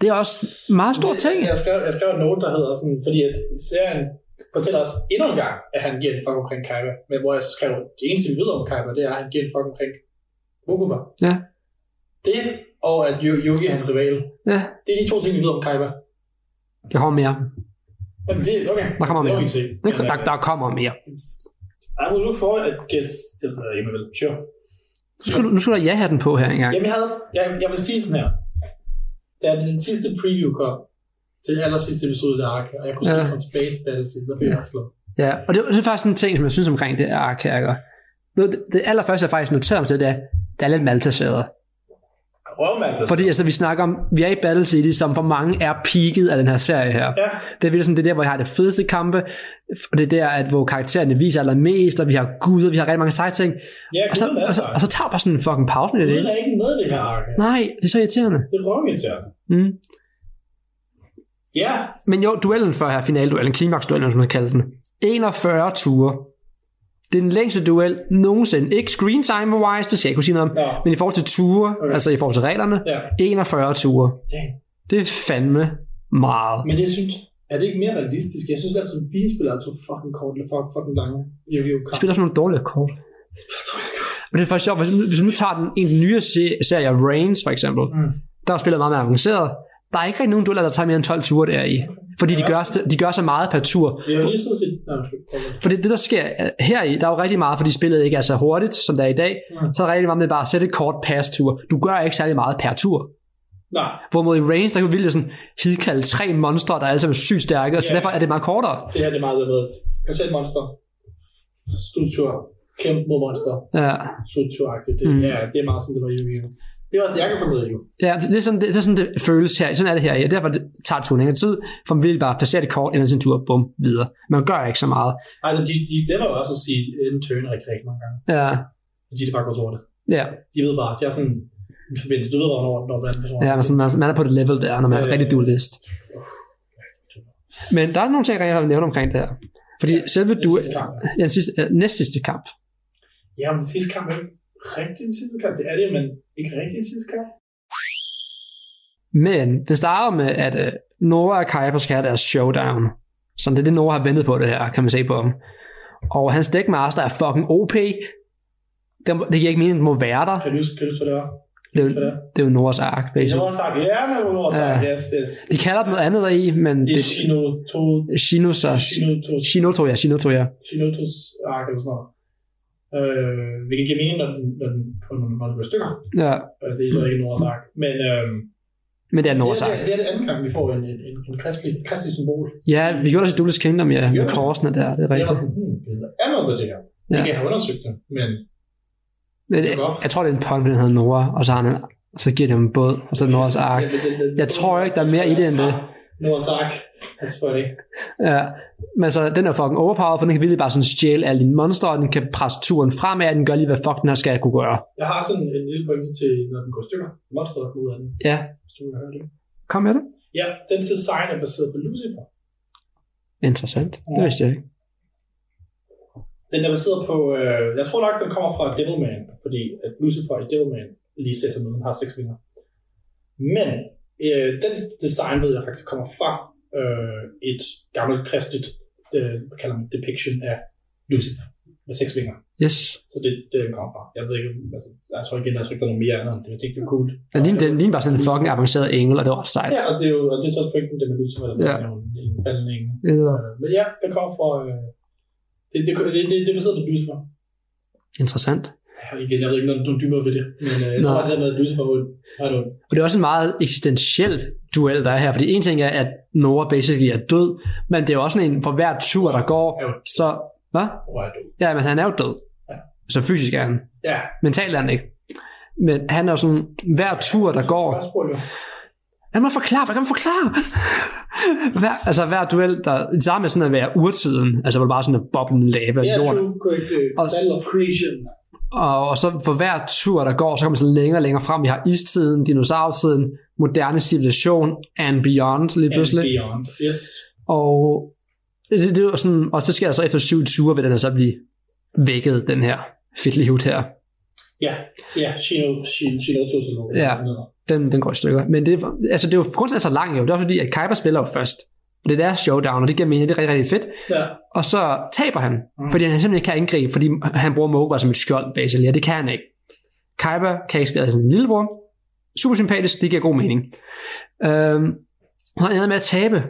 Det er også en meget stor ting.
Jeg skrev, jeg skrev en note, der hedder sådan, fordi at serien fortæller os endnu en gang, at han giver en fuck omkring Kaiba. Men hvor jeg så skrev, det eneste, vi ved om Kaiba, det er, at han giver en fuck omkring Mokobat.
Ja.
Det, og at Yu- Yuki er hans rival.
Ja,
Det er de to ting, vi ved om Kaiba.
der kommer mere.
Jamen, det, okay.
Der kommer
det
mere.
må vi se.
Der,
Men,
der,
øh,
der kommer mere.
I will look forward at guess. Det ved jeg ikke, vel. Sure.
Så skal du, nu skal du have ja-hatten på her engang.
Jamen, jeg, havde, jeg, jeg vil sige sådan her. Da den sidste preview kom, til den aller sidste episode af Ark, og jeg kunne se,
Ja.
at kom tilbage til Battlefield, der blev
Ja.
jeg slået.
Ja, og det, det er faktisk en ting, som jeg synes omkring det her ark her. ikke? Noget, af det, det allerførste, jeg faktisk noterer mig til, det er, det er lidt malplaceret.
Røvmand.
Fordi altså, vi snakker om, vi er i Battle City, som for mange er peaket af den her serie her.
Ja,
Det er virkelig sådan, det er der, hvor jeg har det fedeste kampe, og det er der, at, hvor karaktererne viser allermest, og vi har guder, vi har rigtig mange seje ting.
ja
Og så,
guden er
og, så,
der.
og så tager bare sådan en fucking pause i det.
Guden
hele.
er ikke med i det her Ark.
Nej, det er så irriterende.
Det er røvirriterende.
Mm.
Ja,
Men jo, duellen før her, finalduellen, klimaksduellen, som man kalder den. 41 ture. Det er den længste duel nogensinde. Ikke screen time wise, det skal jeg ikke kunne sige noget om.
Nå.
Men i forhold til ture,
Okay.
okay. altså i forhold til reglerne,
ja.
41 ture.
Dang.
Det er fandme meget.
Men det synes er det ikke mere realistisk? Jeg synes, at vi spiller så fucking kort, eller fuck, fucking lange. Jo, jo,
Jeg spiller også nogle dårlige kort. Men det er faktisk sjovt, hvis, hvis man nu tager den, en af de nye se- serier, Reigns for eksempel,
Mm.
mm. der er spillet meget mere avanceret. Der er ikke rigtig nogen dueller, der tager mere end 12 ture deri. Fordi de gør, de gør så meget per tur.
Jeg har lige siddet og set... Nej, undskyld. Prøv at-
Fordi det, der sker øh, her i, der er jo rigtig meget, fordi spillet ikke er så hurtigt, som det er i dag.
Mm.
Mm. Så er der rigtig meget med bare at sætte et kort pass-tur. Du gør ikke særlig meget per tur.
Nej,
Hvorimod i range, der kan du vildt sådan hidkalde tre monstre, der alle sammen er sygt stærke, og så
Ja.
derfor er det meget kortere.
det her det er meget bedre. Jeg ser et monster. Studtur. Kæmpe mod monster.
Ja,
Studtur-agtigt. Det,
Mm.
ja, det er meget sådan, det var i Yu-Gi-Oh! Det er også det, jeg kan få med i jo.
ja det, er sådan, det, det, er sådan, det føles her. Sådan er det her. Ja, derfor det tager turen længere tid, for man vil bare placere det kort, eller sin tur, bum, videre. Man gør ikke så meget.
Altså, de, de, det var jo også at sige, en turn rigtig rigtig mange gange.
Ja,
Fordi det bare går over det.
ja,
De ved bare, de har sådan en forbindelse. Du ved, hvornår når den anden person
ja man, er sådan, man, er- man, er på det level der, når man er
Ja.
rigtig duelist. Men der er nogle ting, jeg vil nævne omkring det her. Fordi ja, selve
du...
du, Ja, den sidste, øh, næst sidste kamp.
Ja, men den sidste kamp er ikke rigtig den sidste kamp. Det er det, men ikke rigtig den sidste kamp.
Men den starter med, at øh, Nora og Kaiba skal have deres showdown. Så det er det, Nora har ventet på det her, kan man se på ham. Og hans dækmaster er fucking OP. Det, det giver ikke mening, at den må være der.
Kan du huske, kan du huske, hvad det var?
Det er, jo-
Hvad det er?
det er jo Noras ark,
Det er
basically.
Nordsak. Ja, det er Nordsak.
Ja.
Yes, yes.
De kalder den noget andet deri, men
Det
det
er Shino to...
er Shinos og...
Shino to...
Shinoto, ja, Shinoto, ja.
Shinotos ark eller sådan noget. Øh, hvilket giver mening, når den, når den, når den, når den går i stykker.
ja.
Øh, Det er så ikke Nords ark. Men øh,
Men det er Noras
det, er,
ark.
det er det anden gang, vi får en, en, en, en kristelig, kristelig symbol.
Ja, vi gjorde det til Duelist Kingdom, ja, med
Ja.
korsene der, det er
Så jeg var
rigtigt.
sådan, hmm, det er noget ved det her. Ja.
Ja.
Jeg kan have undersøgt det, men
Men,
det er godt.
jeg, jeg tror, det er en punk, den hedder Nora, og så, har han, en- så giver det ham en båd, og så er det Noras ark.
Men det- det- det-
Jeg tror ikke, der er mere i det end det.
Nords ark. That's funny.
Ja, men så den er fucking overpowered, for den kan virkelig bare sådan stjæle alle dine monster, og den kan presse turen fremad, og den gør lige, hvad fuck den her skal kunne gøre.
Jeg har sådan en lille pointe til, når den går i stykker. Monster, der kommer ud af den.
Ja,
Hvis du vil høre det.
kom med det.
Ja, den design er baseret på Lucifer.
Interessant. Det vidste jeg ikke.
Den er baseret på, øh, jeg tror nok, den kommer fra Devilman, fordi at Lucifer i Devilman lige ser sådan ud, den har seks vinger. Men øh, den design ved jeg faktisk kommer fra øh, et gammelt kristligt, øh, hvad kalder man, depiction af Lucifer med seks vinger.
Yes.
Så det, det den kommer fra. Jeg ved ikke, altså, jeg tror igen, der er ikke der er noget mere andet, end det jeg tænkte, det var cool.
Den ligner, den ligner bare sådan en fucking avanceret engel, og det var også sejt.
Ja, og det er jo og det er så også pointen, det med Lucifer, der
Ja.
er jo en, en faldende engel.
Ja.
Øh, men ja, det kommer fra, øh, det, det, det, det, det er baseret på Lucifer.
Interessant.
Igen, jeg ved ikke, om du er dybere ved det, men øh, jeg
Nå.
tror, at det der med at lyse for hul, har du
Og det er også en meget eksistentiel duel, der er her, fordi en ting er, at Nora basically er død, men det er jo også sådan en, for hver tur, der går,
Ja.
så... Hvad?
Hvor er du?
Ja, men han er jo død.
Ja.
Så fysisk er han.
Ja.
Mentalt er han ikke. Men han er jo sådan, hver tur, der går,
Spørgsmål, jo.
Hvad må jeg forklare? Hvad kan man forklare? [laughs] hver, altså hver duel, der det samme er sådan at være urtiden, altså hvor det bare er sådan en boblende lava
Ja,
i jorden.
true, correct. øh,
Og-
Battle of Creation.
Og, og, så for hver tur, der går, så kommer man sådan længere og længere frem. Vi har istiden, dinosaurtiden, moderne civilisation, and beyond lige
and
pludselig.
Beyond. Yes.
Og, det, det, er jo sådan, og så sker der så efter syv ture, vil den her så blive vækket, den her fedtlige her.
Ja, ja, Shino, Shino, Shino Tosano.
Ja. Den, den går i stykker. Men det, er- altså, det er jo grunden til, at den er så lang jo. Det er også fordi, at Kuiper spiller jo først. Og det er deres showdown, og det giver mening, det er rigtig, rigtig fedt.
Ja.
Og så taber han,
Mm.
mm. fordi han simpelthen ikke kan angribe, fordi han bruger Moba som et skjold, basically, og det kan han ikke. Kaiba kan ikke skade sin lillebror, super sympatisk, det giver god mening. Øhm, han ender med at tabe,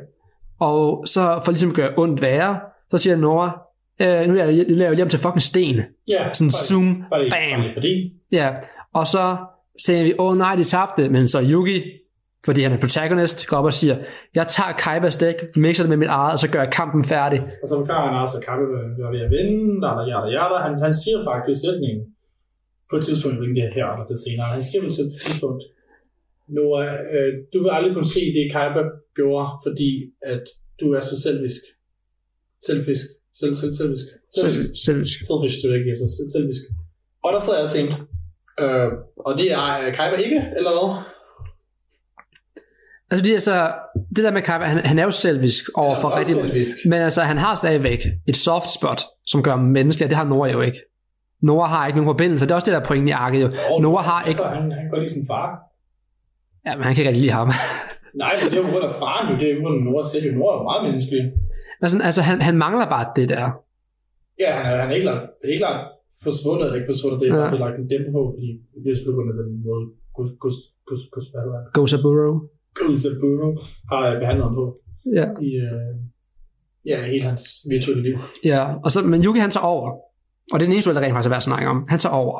og så for ligesom at gøre ondt værre, så siger Nora, øh, nu laver jeg nu laver jeg lige om til fucking sten.
Ja,
Sådan
bare lige-
zoom,
bare lige-
bam.
bare lige Fordi,
Ja, og så siger vi, åh nej, de tabte, men så Yugi, fordi han er protagonist, går op og siger, jeg tager Kaibas dæk, mixer det med mit eget, og så gør jeg kampen færdig.
og som Karl han altså kampe, der er ved at vinde, der er hjerter, hjerter. Han, han siger faktisk sætningen på et tidspunkt, hvilken det er her eller det senere. Han siger på et tidspunkt, Noah, øh, du vil aldrig kunne se det, Kaiba gjorde, fordi at du er så selvisk. Selvisk. Selv, selv, selvisk. Selvisk.
selv,
Selfish, du ikke efter. Sel- Selvisk. Og der sad jeg og tænkte, øh, og det er øh, Kaiba ikke, eller hvad?
Altså det, er altså, det der med Kaiba, han, han er jo selvisk
Han er
overfor
også
rigtig...
selvisk.
Men altså, han har stadigvæk et soft spot, som gør ham menneskelig, og det har Nora jo ikke. Nora har ikke nogen forbindelse, det er også det, der er pointen i arket jo.
Og
Nora har ikke...
altså, Han, han går lige sin far.
Ja, men han kan ikke rigtig lide ham. [laughs]
Nej, men det er jo på grund af faren, jo. det er jo på grund af Nora selv. jo. Nora er jo meget menneskelig.
Men sådan, altså, han, han mangler bare det der.
Ja, han er, han er ikke klart, helt klart forsvundet, eller ikke forsvundet, det er
Ja.
ja. bare blevet lagt en dæmpe på, fordi det er selvfølgelig under den måde, Gus, Gus, Gus, Gus, hvad hedder han?
Gozaburo.
Gus Bruno har øh, behandlet ham på
Ja.
i øh, ja, hele hans virtuelle liv.
Ja, og så, men Yuki han tager over. Og det er den eneste duel, der rent faktisk er værd at snakke om. Han tager over.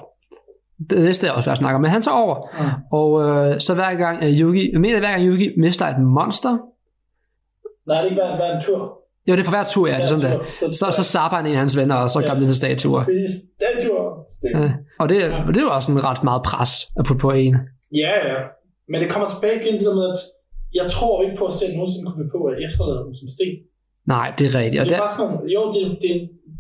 Det næste er også værd at snakke om, men han tager over.
Ja.
Og øh, så hver gang øh, Yugi, jeg mener hver gang Yugi mister et monster,
Nej, det er ikke været, været en tur.
jo det er for hver tur, ja, det er sådan der. Så, så sapper han en af hans venner, og så gør han det til statuer.
Spis den tur. Stik.
Ja. Og det, og det er jo også en ret meget pres at putte på en.
Ja, ja. Men det kommer tilbage igen til det der med, at jeg tror ikke på, at selv nogensinde kunne finde på at efterlade dem som sten.
Nej, det er rigtigt.
Ja,
Og
Altså, det
det,
er bare sådan, jo, det, det,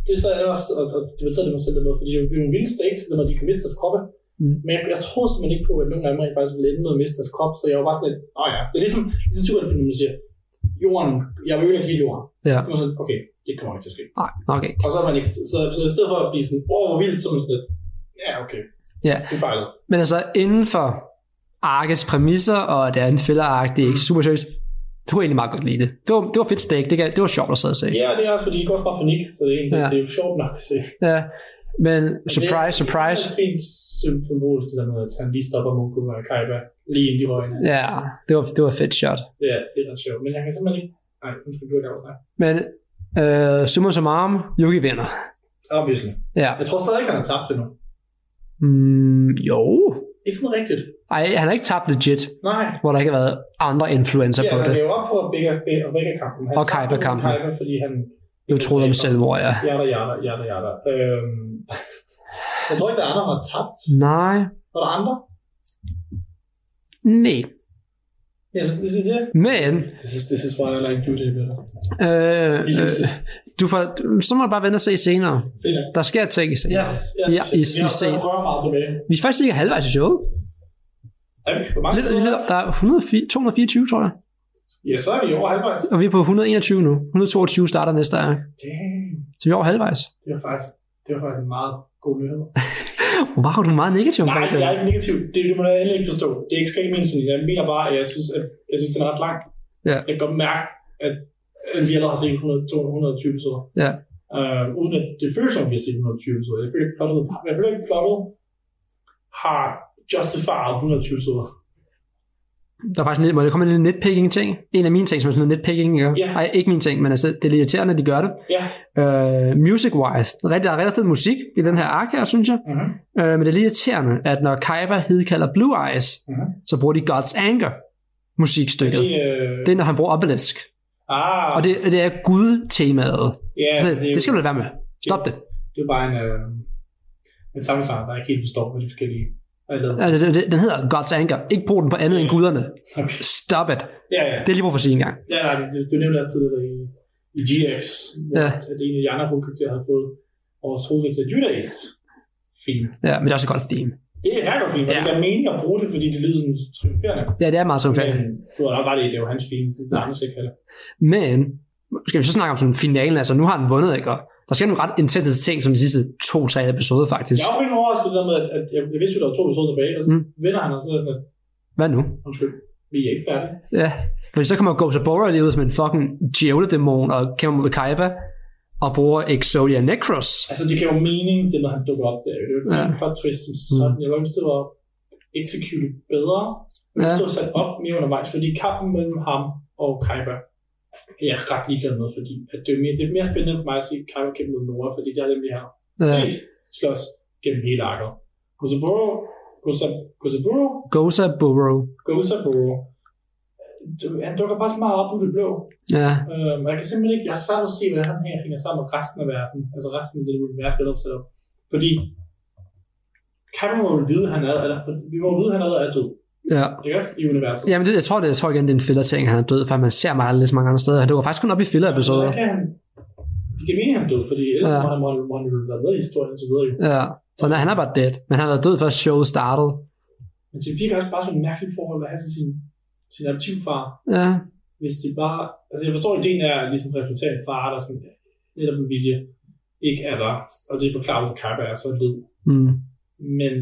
det er så ellers, og, og debatterede det mig selv dernede, fordi det er jo- det er jo en vild stakes, når de kan miste deres kroppe.
Mm.
Mm. Men jeg, jeg tror simpelthen ikke på, at nogen af dem rent faktisk ville ende med at miste deres krop, så jeg var bare sådan lidt, åh ja, det er ligesom, ligesom superheltfilmen, man siger, jorden, jeg vil ødelægge hele jorden.
ja,
Så er man sådan, okay, det kommer ikke til at ske.
nej, nok ikke.
Og så er man ikke, så, så i stedet for at blive sådan, åh, hvor vildt, så er man sådan lidt, ja, okay,
Ja.
det fejlede.
Men altså inden for arkets præmisser, og det er en filler det er ikke super seriøst, det kunne jeg egentlig meget godt lide det. Det var, det var fedt stik, det, kan- det var sjovt at sidde og se.
Ja, det er også, fordi de går fra panik, så det er, egentlig,
Ja.
ja. det er jo sjovt nok at se.
Ja, men surprise,
det, er-
surprise.
Det er også fint symbolisk, det der med, at han lige stopper Moku og Kaiba lige ind i øjnene.
Ja, det var, det var fedt shot.
Ja, det er ret sjovt. Men jeg kan simpelthen ikke... Nej, nu skal du ikke over dig.
Men øh, summa summarum, Yuki vinder.
Obviously.
Ja.
Jeg tror stadig ikke, han har tabt det nu.
Mm, jo.
Ikke sådan rigtigt.
Ej, han har ikke tabt legit,
Nej.
hvor der ikke har været andre influencer
Ja,
på
han
det.
lever op på Begge og Begge kampen. Han
Og Kaiba-kampen.
Kaiba, fordi han...
Du troede om selvmord, ja.
Jada, jada, jada, jada. Øhm, jeg tror ikke, der er andre, der har tabt.
Nej.
Var der andre?
Nej.
Jeg synes, det er det.
Men,
This is, this is why I like you, det er
øh, øh, du får, så må du bare vente og se senere.
Fint. nok.
Der sker ting i senere.
Yes, yes.
Ja, i-
vi har
i scenen.
prøvet meget tilbage.
Vi er faktisk ikke halvvejs i showet.
Er vi på mange
Lidt, lidt,
steder?
der er 104, 224, tror jeg.
Ja, så er vi over halvvejs.
Og vi er på 121 nu. 122 starter næste ark.
Damn.
Så vi er over halvvejs.
Det var faktisk, det var faktisk en meget god nyhed.
Wow, du er meget negativ
Nej,
omkring det.
jeg er ikke negativ. Det, det må jeg endelig ikke forstå. Det er ikke skal ikke mindst. Jeg mener bare, at jeg synes, at jeg synes, den er ret lang.
Ja.
Jeg kan godt mærke, at at vi allerede har set 100 220 episoder.
Ja.
Øh, uden at det føles som, at vi har set 120 episoder. Jeg føler ikke, plottet, jeg føler ikke, plottet har justified 120 episoder.
Der er faktisk lidt, må jeg komme med en lille nitpicking-ting? En af mine ting, som er sådan noget nitpicking, ja.
Ja.
Ej, ikke min ting, men altså, det er lidt irriterende, at de gør det.
Ja.
Øh, music-wise, der er rigtig- der er rigtig fed musik i den her ark her, synes jeg.
Mm-hmm.
Øh, men det er lidt irriterende, at når Kaiba hedkalder Blue Eyes,
Mhm.
så bruger de God's Anger musikstykket.
Det, øh,
Det er, når han bruger Obelisk.
ah,
Og det, det er Gud-temaet.
ja,
Ja,
det,
det, det skal du lade være med. Stop det.
det er bare en, øh, en sammensang, der ikke helt forstår, hvad de forskellige er lavet.
Altså, det, det, den hedder God's Anger. Ikke brug den på andet end guderne.
Okay.
Stop it.
Ja, ja.
Det er lige brug for at sige en gang.
Ja, nej, du, du nævnte det tidligere i, i GX,
Ja.
ja. at en af de andre hovedkarakterer havde fået vores hovedkarakter Judas film.
Ja, men det er også et godt theme.
Det er et film, og
Ja.
det er mening at bruge det, fordi det lyder sådan triumferende.
Ja, det er meget som
Men du har nok ret i, det er jo hans film, det er
Ja.
hans ikke heller.
Men, skal vi så snakke om sådan finalen, altså nu har han vundet, ikke? Og der sker nogle ret intense ting, som de sidste to-tre episoder, faktisk.
Jeg er jo ikke overrasket over det der med, at, at jeg, jeg vidste jo, der var to episoder tilbage, og så
Mm.
mm. vinder han, og så er jeg sådan, at,
Hvad nu?
undskyld, vi er ikke færdige.
Ja. Fordi så kommer Gozabora lige ud som en fucking djævledæmon og kæmper mod Kaiba og bruger Exodia Necros.
Altså, det giver jo mening, det når han dukker op der. Det er jo et
Ja. Mm.
ja. plot twist som sådan. Jeg var ønske, det var executed bedre. Ja.
Ja.
stod sat op mere undervejs, fordi kampen mellem ham og Kaiba er jeg ret ligeglad med, fordi at det, er mere, det er mere spændende for mig at se Kaiba kæmpe mod Nora, fordi det er nemlig her
Ja.
set slås gennem hele arket. Kusaburo, Kusa- Kusaburo,
Goza Burrow.
Kusaburo, Du- han dukker bare så meget op ud i det blå.
Ja.
Øhm, og jeg kan simpelthen ikke, jeg har svært ved at se, hvordan han her hænger sammen med resten af verden, altså resten af det univers, vi har opsat op. Fordi Cameron må jo vide, han er, eller, vi må jo vide, han allerede er død,
ja.
ikke også, i universet.
Jamen, det, jeg, tror, det, jeg tror igen, det er en filler-ting, han er død, for man ser mig aldrig så mange andre steder. Det var faktisk kun op i filler-episoder.
Hvordan kan han, det kan mene, han er død, fordi ellers
Ja.
må han, må, han- må han jo være med i historien, og så videre jo.
Ja. Så nej, han er bare dead. Men han har været død, før showet startede.
Men det virker også bare sådan et mærkeligt forhold at have til sin, sin adoptivfar,
Ja.
hvis de bare, altså jeg forstår, at ideen er ligesom resultat af far, der sådan netop med vilje ikke er der, og det forklarer, hvorfor Kappa er så led.
Mm.
Men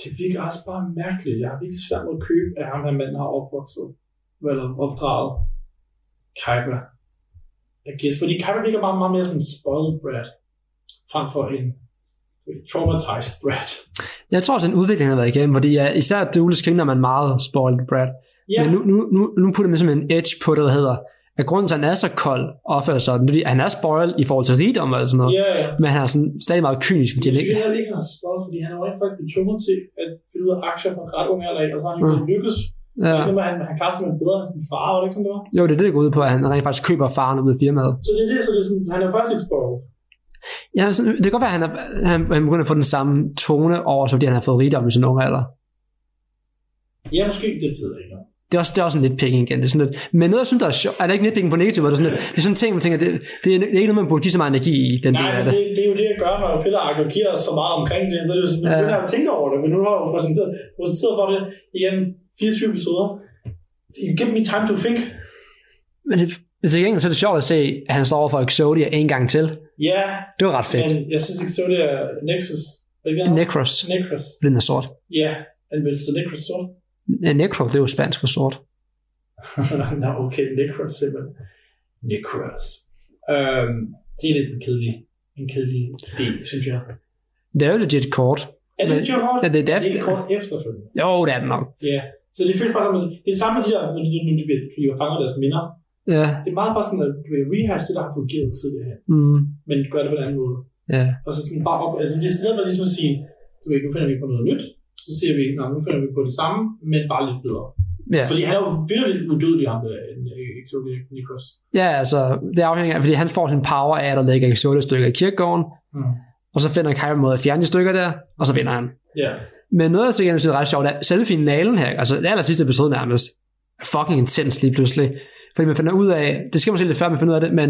det virker også bare mærkeligt. Jeg har virkelig svært ved at købe, at ham her mand har opvokset, eller opdraget Kaiba. Jeg gætter, fordi Kaiba virker bare meget mere som en spoiled brat, frem for en traumatized brat.
Jeg tror også, en udvikling han har været igennem, fordi ja, især Duelist Kingdom er en meget spoiled brat.
Ja,
Men nu, nu, nu, nu putter man simpelthen en edge på det, der hedder, at grunden til, at han er så kold opfører sig sådan, fordi han er spoiled i forhold til rigdom og sådan noget,
ja, ja.
men han er sådan, stadig meget kynisk, fordi han
Jeg
ikke...
synes heller ikke, han har spoiled, fordi han er rent faktisk betunget til at finde ud af aktier fra en ret ung alder, af, og så har han
Mm.
ikke mm. lykkes.
Ja.
Ja. Han, han klarer sig simpelthen bedre end sin far, var det ikke sådan, det var?
Jo, det er det, det går ud på, at han rent faktisk køber faren ud af firmaet.
Så det er det, så det er sådan, han er faktisk ikke spoiled.
Ja, sådan, det kan godt være, at han, er, han, han begynder at få den samme tone over, så fordi han har fået rigdom i sin unge alder.
Ja, måske, det ved jeg ikke.
Det er også, det er også en nitpicking igen. Det er sådan lidt, men noget, jeg synes, der er sjovt, er det ikke nitpicking på negativ, hvor det er sådan lidt, det er sådan en ting, man tænker, det, det, er, det er ikke noget, man burde give så meget energi i, den
Nej,
del af
men
det.
det, det, er jo det, jeg gør, når jeg finder arkeologier så meget omkring det, så er det jo sådan,
Ja.
at ja. jeg tænker over det, men nu har jeg jo præsenteret, præsenteret for det igen 24 episoder. You give me time to think.
Men det, men til gengæld, så er det sjovt at se, at han står over for Exodia en gang til.
Ja,
Det var ret fedt.
men jeg synes ikke, så det er Nexus. Er det ikke det?
Necros,
Nexus.
fordi den er sort.
Ja, han vil så Nexus så. [laughs]
Ja, Necro, det er jo spansk for sort.
Nå, okay, Nexus simpelthen. Nexus. Øhm, det er lidt en kedelig, en kedelig del, synes jeg.
Det er jo legit kort.
Er det
Men-
ikke jo kort?
Ja, det er
Det
da-
er ikke kort efterfølgende.
Jo, det er det nok.
Ja, så det føles bare som, at det er samme med de der, når de, når de, bliver- de fanger deres minder.
Ja.
Det er meget bare sådan, at du vil rehash det, der har fungeret tidligere, hen,
Mm,
men gør det på en anden måde.
ja.
Og så sådan bare op, altså det er stedet for ligesom at sige, du ved, nu finder vi på noget nyt, så ser vi, nej, nu finder vi på det samme, men bare lidt bedre.
Ja.
Ja. Fordi han er jo virkelig udødelig, ham der, en øh, Exodia Nikos.
ja, altså, det afhænger af, fordi han får sin power af, at der ligger Exodia stykker i kirkegården,
Mm.
og så finder Kyra en måde at fjerne de stykker der, og så vinder han.
Ja.
Men noget, jeg tænker, synes er ret sjovt, er at selve finalen her, altså det aller sidste episode nærmest, er fucking intens lige pludselig. Fordi man finder ud af, det skal måske lidt før, man finder ud af det, men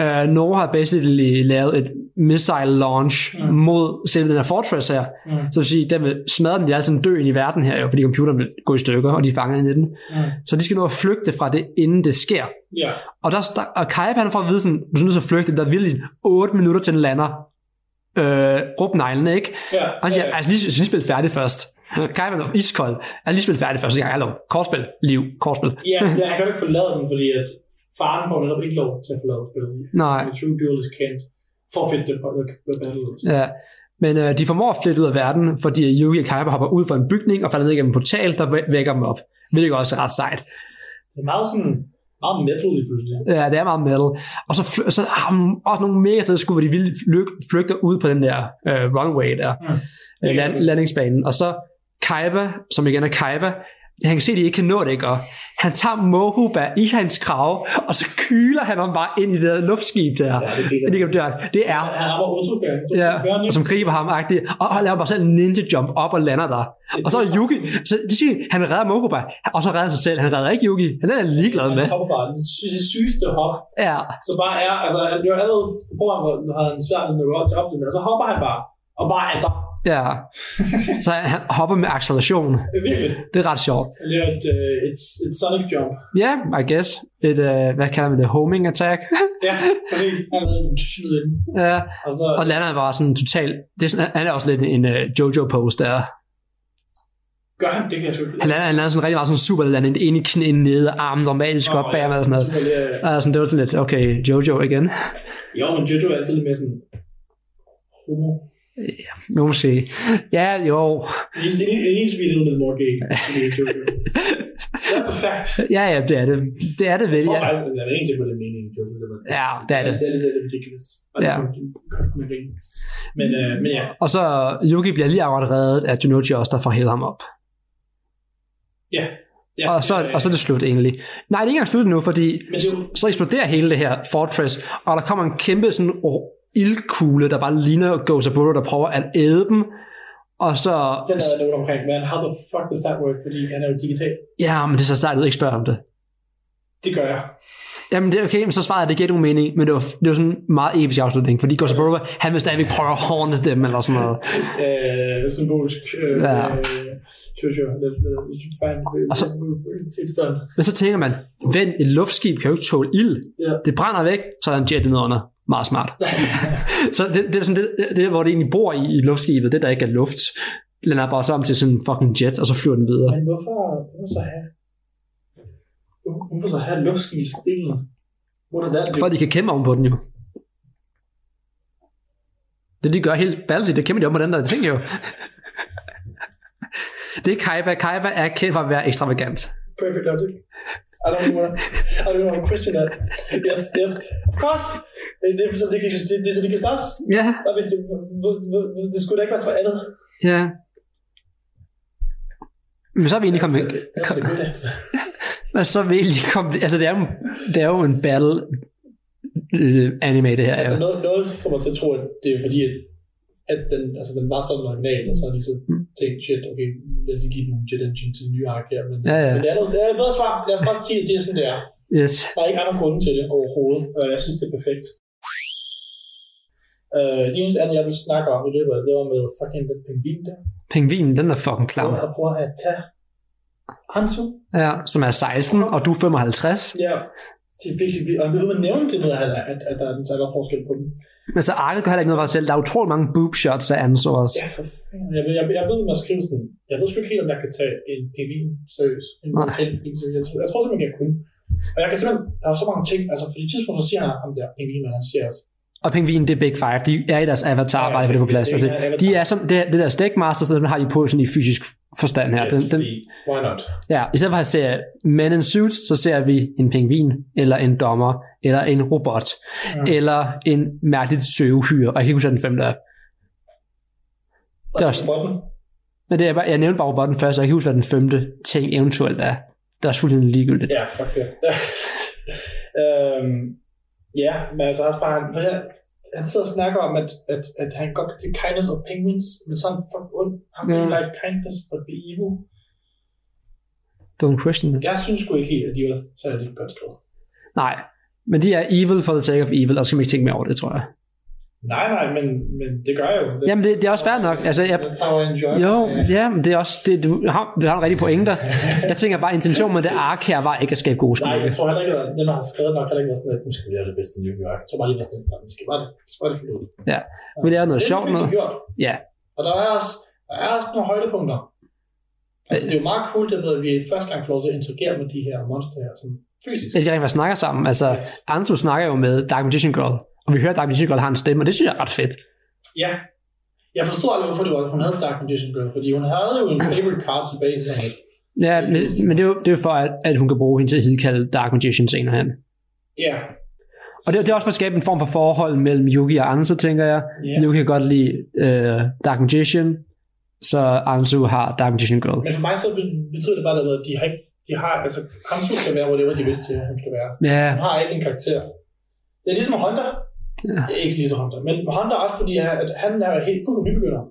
øh, Norge har basically lavet et missile launch
Mm.
mm. mod selve den her fortress her.
Mm.
Så det vil sige, den vil smadre den, de er altså en dø ind i verden her, jo, fordi computeren vil gå i stykker, og de er fanget inde i den.
Mm.
Så de skal nå at flygte fra det, inden det sker.
Ja.
Og, der, sta- og Kaib, han får at vide sådan, du er nødt til at flygte, der er virkelig 8 minutter til den lander. Øh, råb neglene, ikke?
Ja.
Og han siger,
ja.
altså lige, jeg skal lige spille færdig først. Kai var iskold. Jeg lige spille færdig første gang. Hallo, kortspil, liv, kortspil.
ja, ja, jeg kan jo ikke forlade den, fordi at faren får netop ikke lov til at forlade spillet.
Nej,
The true duel is can't forfeit the, the, the battle.
ja. Men øh, de formår at flytte ud af verden, fordi Yuki og Kaiba hopper ud fra en bygning og falder ned igennem en portal, der væ- vækker dem op. Hvilket også er ret sejt.
Det er meget sådan, meget metal lige pludselig.
Ja, det er meget metal. Og så, fly- og så har ah, også nogle mega fede skud, hvor de vildt flyg- flygter ud på den der øh, runway der.
Mm.
Mm. Øh, land, landingsbanen. Og så Kaiba, som igen er Kaiba, han kan se, at de ikke kan nå det, ikke? Og han tager Mohuba i hans krave, og så kyler han ham bare ind i det der luftskib der.
Ja, det er
Ja. Gennem døren. Det er,
Han rammer Otogan.
ja,
Otogan,
og som griber ham agtigt, og og laver bare selv en ninja jump op og lander der. Og så er Yuki, så det siger, han redder Mokuba, og så redder sig selv. Han redder ikke Yuki. Han er ligeglad med.
Han hopper bare den sy- det sygeste hop,
Ja,
så bare er, altså han bliver allerede foran, hvor han havde en svær med at til op til den, og så hopper han bare, og bare er der.
ja. Så han hopper med acceleration.
Virkelig.
Det er ret sjovt.
Han laver et, øh, et, et sonic jump.
Ja, yeah, I guess. Et, uh, hvad kalder man det? Homing attack. [laughs]
Ja, præcis. Han lavede en skyde ind,
ja.
og så,
Og lander bare sådan totalt... Det er sådan, han er også lidt en uh, Jojo-pose der.
gør han det, kan jeg sgu ikke.
Han lander, han lander sådan rigtig meget sådan super lander ind i knæet nede, armen dramatisk op bag ham og sådan noget.
super lærer jeg.
Og sådan, det var sådan lidt, okay, Jojo igen.
Jo, men Jojo er altid lidt mere sådan homo.
Nogen siger, ja, jo,
He's, he's reading the more gay. That's a fact.
ja, ja, det er det. Det er det
Jeg
vel,
tror
ja.
faktisk, at det er egentlig på den mening. Det var Altså,
Ja, det er det.
Det er lidt lidt ridiculous. Og
Ja.
det kan godt kunne grine. Men, øh, men ja,
Og så Yuki bliver lige akkurat reddet af Junoichi også, der får hævet ham op.
ja. ja.
Og så, og så er det slut egentlig. Nej, det er ikke engang slut nu, fordi
Men det er jo-
så eksploderer hele det her fortress, og der kommer en kæmpe sådan ro- ildkugle, der bare ligner Ghost of Buddha, der prøver at æde dem. Og så...
Øh, Den er der nogen omkring, men how the fuck does that work? Fordi han er jo digital.
Ja, men det er så sejt ud, ikke spørge om det.
Det gør jeg.
Jamen det er okay, men så svarede jeg, det giver ikke nogen mening, men det var, det var sådan en meget episk afslutning, fordi Ghost of Buddha, han vil stadigvæk prøve at horne dem, eller sådan noget.
Øh, symbolisk. Øh,
Ja.
øh, Sure, sure. Let's, let's find
Og så-
Øh, It's done.
Men så tænker man, vent, et luftskib kan jo ikke tåle ild.
Ja.
Det brænder væk, så er der en jet nede under. Meget
[laughs]
smart. så det, det, er sådan, det, det, er, hvor det egentlig bor i, i luftskibet, det der ikke er luft, lander bare sammen til sådan en fucking jet, og så flyver den videre.
Men hvorfor, hvorfor så have... Hvorfor så have luftskildstenen? What does that do?
For at de kan kæmpe om på den jo. Det de gør helt balsigt, det kæmper de om på den der ting jo. [laughs] det er Kaiba. Kaiba er kendt for at være ekstravagant.
Perfect logic. I don't even wanna, I don't even wanna question that. Yes, yes. Of course! Det det er, så det kan, det, det, er, så det kan starte.
Ja,
Og hvis det, det skulle da ikke være for andet.
ja. Men så er vi egentlig kommet...
Ja, det er godt, altså.
Men så vil I komme... Altså, det er jo, det er jo en battle øh, anime, det her.
Altså
Altså,
noget, noget får mig til at tro, at det er fordi, at, at den, altså, den var sådan original, og så har de så
Mm.
tænkt, shit, okay, lad os lige give den nogle jet engine til den nye ark her. Men,
Ja, ja.
men det er, noget, det er et bedre svar. Lad os bare sige, at det er sådan, det er.
yes.
Der er ikke andre grunde til det overhovedet, og jeg synes, det er perfekt. Øh, de eneste andet, jeg vil snakke om i løbet af det, var med fucking den pingvin der.
Pingvinen, den er fucking klam.
Og prøver at tage Hansu.
Ja, som er 16, og du er 55.
Ja, det er virkelig vildt. Og jeg ved, man nævnte det med, at, at, at der er en særlig forskel på dem.
Men så Arke gør heller ikke noget for sig selv. Der er utrolig mange boob shots af Anso også.
Ja, for fanden. Jeg ved, jeg, jeg ved, man skriver sådan, jeg ved sgu ikke helt, om jeg kan tage en pingvin seriøst. En
Nej.
en pingvin seriøst. Jeg tror, jeg tror simpelthen, jeg kunne. Og jeg kan simpelthen, der er jo så mange ting, altså for det tidspunkt, så siger han, ham der pingvin, og han siger, altså,
Og pingvinen, det er Big Five. De er i deres avatar,
Ja,
bare for det på plads.
det er
Altså,
en avatar.
de er som, det, det der Stegmaster, så den har de på sådan i fysisk forstand her.
yes,
Den, den,
fordi, why not?
ja, i stedet for at se Men in Suits, så ser vi en pingvin, eller en dommer, eller en robot,
Ja.
eller en mærkeligt søvehyre. Og jeg kan ikke huske, hvad den femte er.
Og
Det er
så
også-
robotten.
Men det er bare, jeg nævnte bare robotten først, og jeg kan ikke huske, hvad den femte ting eventuelt er. Det er også fuldstændig ligegyldigt.
Ja, fuck det. [laughs] øhm, ja, men altså også bare, han, for jeg, han sidder og snakker om, at, at, at han godt kan lide kindness of penguins, men så er han fucking ond. Han kan
Ja.
yeah. like kindness but be evil.
Don't question it.
Jeg synes sgu ikke helt, at de var så er det godt skrevet.
Nej, men de er evil for the sake of evil, og så skal man ikke tænke mere over det, tror jeg.
Nej, nej, men, men det gør jeg jo. Det,
Jamen, det- det er også fair nok. Altså, jeg-
That's how I enjoy it.
Jo,
Ja.
ja, men det er også, det, du, har, du har en rigtig pointe der. Jeg tænker bare, intentionen med det ark her var ikke at skabe gode
Nej, jeg
skurke.
tror heller ikke, at den, der har skrevet nok, heller ikke var sådan, at nu skal vi have det bedste New York. Jeg tror bare lige, at sådan, at måske var det, måske var det for noget.
Ja, men det er noget
Det
sjovt
fik de
noget.
gjort.
Ja,
Og der er også, der er også nogle højdepunkter. Altså, det er jo meget cool, det med, at vi første gang får lov til at interagere med de her monster her, sådan fysisk.
at de rent faktisk snakker sammen. Altså, Anso snakker jo med Dark Magician Girl, og vi hører, at Dark Magician Girl har en stemme, og det synes jeg er ret fedt.
Ja. Jeg forstod aldrig, hvorfor det var, at hun havde Dark Condition Girl, fordi hun havde jo en favorite card tilbage i sådan noget.
Ja, men, men det, er jo, det er jo for, at, at hun kan bruge hende til at hidkalde Dark Magician senere hen.
Ja.
Og det, det er også for at skabe en form for forhold mellem Yuki og Anzu, tænker jeg.
Ja.
Yeah. Yuki kan godt lide øh, Dark Magician, så Anzu har Dark Magician Girl.
Men for mig så be- betyder det bare, det med, at de har ikke, de har, altså, Kamsu skal være, hvor det var, de vidste, at hun skal være.
Ja,
Han har ikke en karakter. Det er ligesom Honda.
Ja.
Det er ikke ligesom Honda, men Honda er også fordi, han- at han er helt fuldt nybegynder.